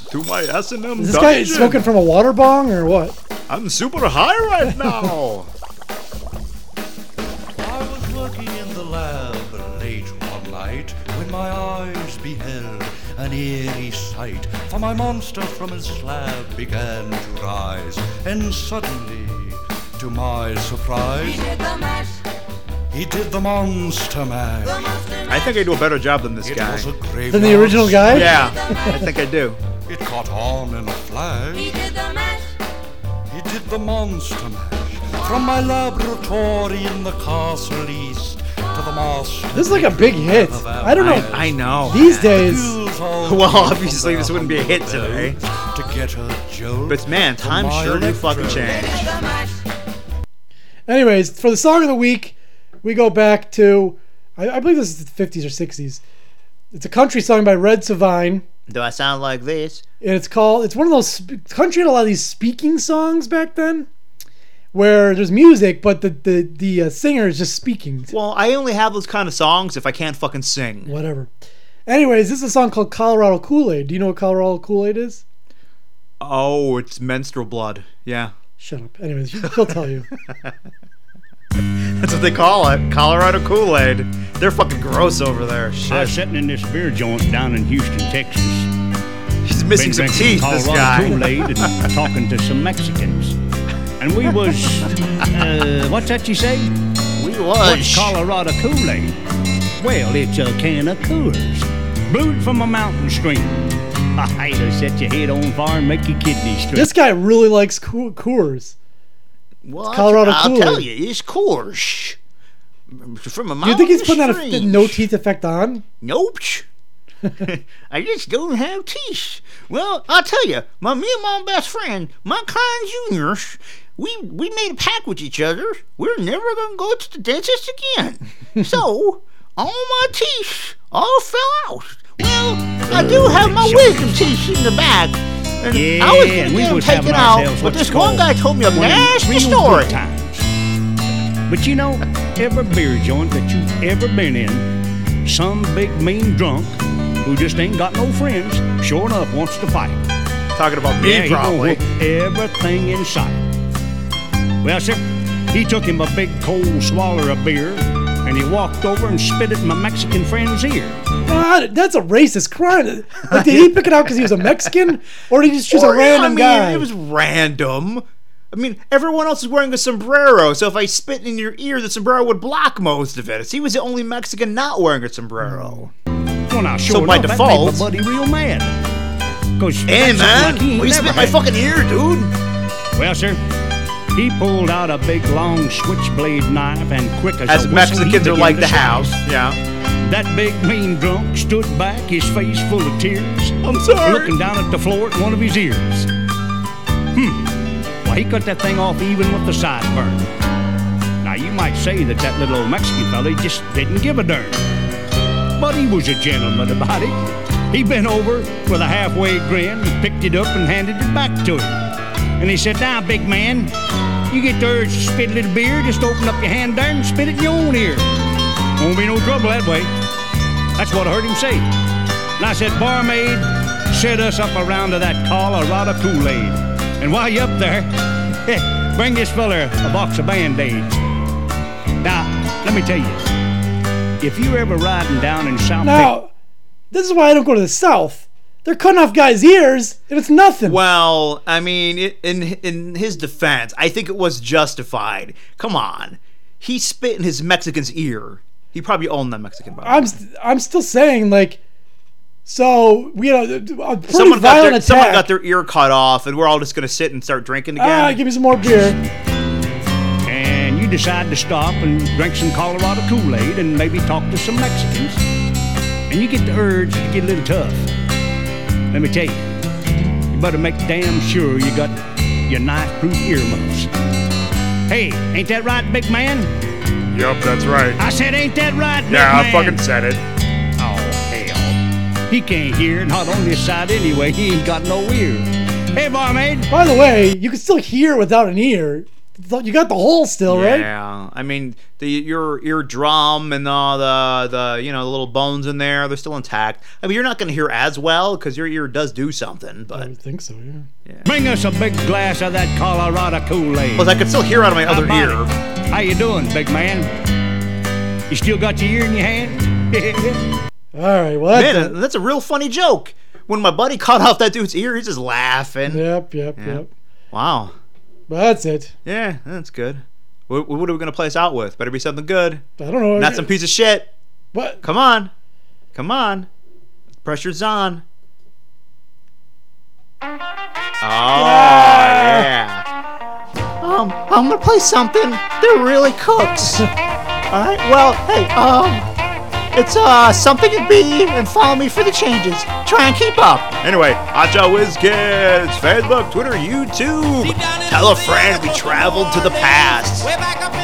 to my S and M
Is this guy smoking from a water bong or what?
I'm super high right now.
I was working in the lab late one night when my eyes beheld an eerie sight. For my monster from his slab began to rise, and suddenly, to my surprise, he did the, monster mash.
<laughs> I think I do a better job than this guy.
grave
Than the original
mouse.
guy?
Yeah, I think I do.
It caught on in a flash. He did the mash. He did the monster mash. From my laboratory in the castle east to the master.
This is like a big hit. I don't know.
I know.
These days,
<laughs> Well, obviously this wouldn't be a hit today.
To get her jolt.
But man, times
my
sure do fucking
electro-
change.
Anyways, for the song of the week, we go back to, I, I believe this is the 50s or 60s. It's a country song by Red Savine,
Do I sound like this?
and it's called, it's one of those, sp- country had a lot of these speaking songs back then, where there's music, but the, the, the uh, singer is just speaking.
Well, I only have those kind of songs if I can't fucking sing.
Whatever. Anyways, this is a song called Colorado Kool Aid. Do you know what Colorado Kool Aid is?
Oh, it's menstrual blood. Yeah.
Shut up. Anyways, he'll tell
<laughs>
you.
That's what they call it. Colorado Kool Aid. They're fucking gross over there. Shit.
I was sitting in this beer joint down in Houston, Texas.
He's missing some teeth, this guy.
Kool-Aid and talking to some Mexicans. And we was, uh, what's that you say? We
was.
What's Colorado Kool-Aid? Well, it's a can of coolers. Brewed from a mountain stream. I it'll set your head on fire and make your kidneys straight.
this guy really likes Coo- Coors.
Well,
It's Colorado
I'll
Kool-Aid.
tell you, it's coarse. From a
Do you think he's
mountain
putting that a
stream.
no teeth effect on?
Nope. <laughs> I just don't have teeth. Well, I'll tell you, my me and my best friend, my Klein Junior, we we made a pact with each other. We're never gonna go to the dentist
<laughs>
again. so all my teeth all fell out. Well, I do
Oh,
have my wisdom teeth in the back. And I was
Yeah,
gonna
and we
get 'em
was
taken
having
out,
ourselves
but
what's
this
called
one guy told me a
one of them
nasty
real good
story.
times. But you know, every beer joint that you've ever been in, some big mean drunk who just ain't got no friends, sure enough wants to fight.
Talking about
yeah, he gonna whoop everything in sight. Well, sir, he took him a big cold swaller of beer, and he walked over and spit it in my Mexican friend's ear.
God, that's a racist crime. Like, did he pick it out because he was a Mexican, or did he just choose
Or,
a
I
random
mean,
guy?
It was random. I mean, everyone else is wearing a sombrero, so if I spit in your ear, the sombrero would block most of it. He was the only Mexican not wearing a sombrero.
Well, now, sure
so by
enough, that made
default,
my buddy real mad. Cause
hey
that's something
man,
like he ain't
well, you
never
spit my
had.
fucking ear, dude.
Well, sir, he pulled out a big long switchblade knife and quick as,
As
a whistle,
Mexicans
he
are
began
like
to
the
slice.
house, yeah.
That big mean drunk stood back, his face full of tears.
I'm sorry.
Looking down at the floor at one of his ears. Hmm. Well, he cut that thing off even with the sideburn. Now you might say that that little old Mexican fella just didn't give a darn, but he was a gentleman about it. He bent over with a halfway grin, picked it up, and handed it back to him. And he said, "Now, big man, you get the urge to spit a little beer, just open up your hand there and spit it in your own ear. Won't be no trouble that way." That's what I heard him say. And I said, "Barmaid, set us up a round of that Colorado Kool-Aid." And while you're up there, heh, Bring this feller a box of band-aids. Now, let me tell you, if you're ever riding down in South Pick-
Now, this is why I don't go to the South. They're cutting off guys' ears, and it's nothing.
Well, I mean, i- in in his defense, I think it was justified. Come on, he spit in his Mexican's ear. He probably owned that Mexican. By the way.
I'm st- I'm still saying like, so we had a, a pretty
Someone got,
violent
their,
attack.
someone got their ear cut off, and we're all just gonna sit and start drinking again.
ah, give me some more beer.
and you decide to stop and drink some Colorado Kool-Aid and maybe talk to some Mexicans, and you get the urge to get a little tough. Let me tell you, you better make damn sure you got your knife-proof earmuffs. Hey, ain't that right, big man?
Yup, that's right.
I said, ain't that right, big
yeah, I
man?
fucking said it.
Oh, hell. He can't hear, not on this side anyway. He ain't got no ear. Hey, barmaid.
By the way, you can still hear without an ear. Th- You got the hole still, right?
Yeah, I mean, the your eardrum and all the the you know the little bones in there, they're still intact. I mean, you're not gonna hear as well because your ear does do something, but.
I think so, yeah.
Bring us a big glass of that Colorado Kool-Aid.
Plus, I could still hear out of my other
about
ear.
it? How you doing, big man? You still got your ear in your hand?
All right, well, that's
Man, uh, that's a real funny joke. When my buddy cut off that dude's ear, he's just laughing.
Yep, yep,
Yeah.
yep.
Wow.
Well, that's it.
Yeah, that's good. What, what are we gonna play us out with? Better be something good.
I don't know.
Not some piece of shit.
What?
Come on, come on. Pressure's on. Oh yeah. Um, I'm gonna play something that really cooks. Alright, well, hey, um, it's, uh, something to be and follow me for the changes. Try and keep up. Anyway, Acha Whiz Kids, Facebook, Twitter, YouTube. Tell a friend we traveled to the past.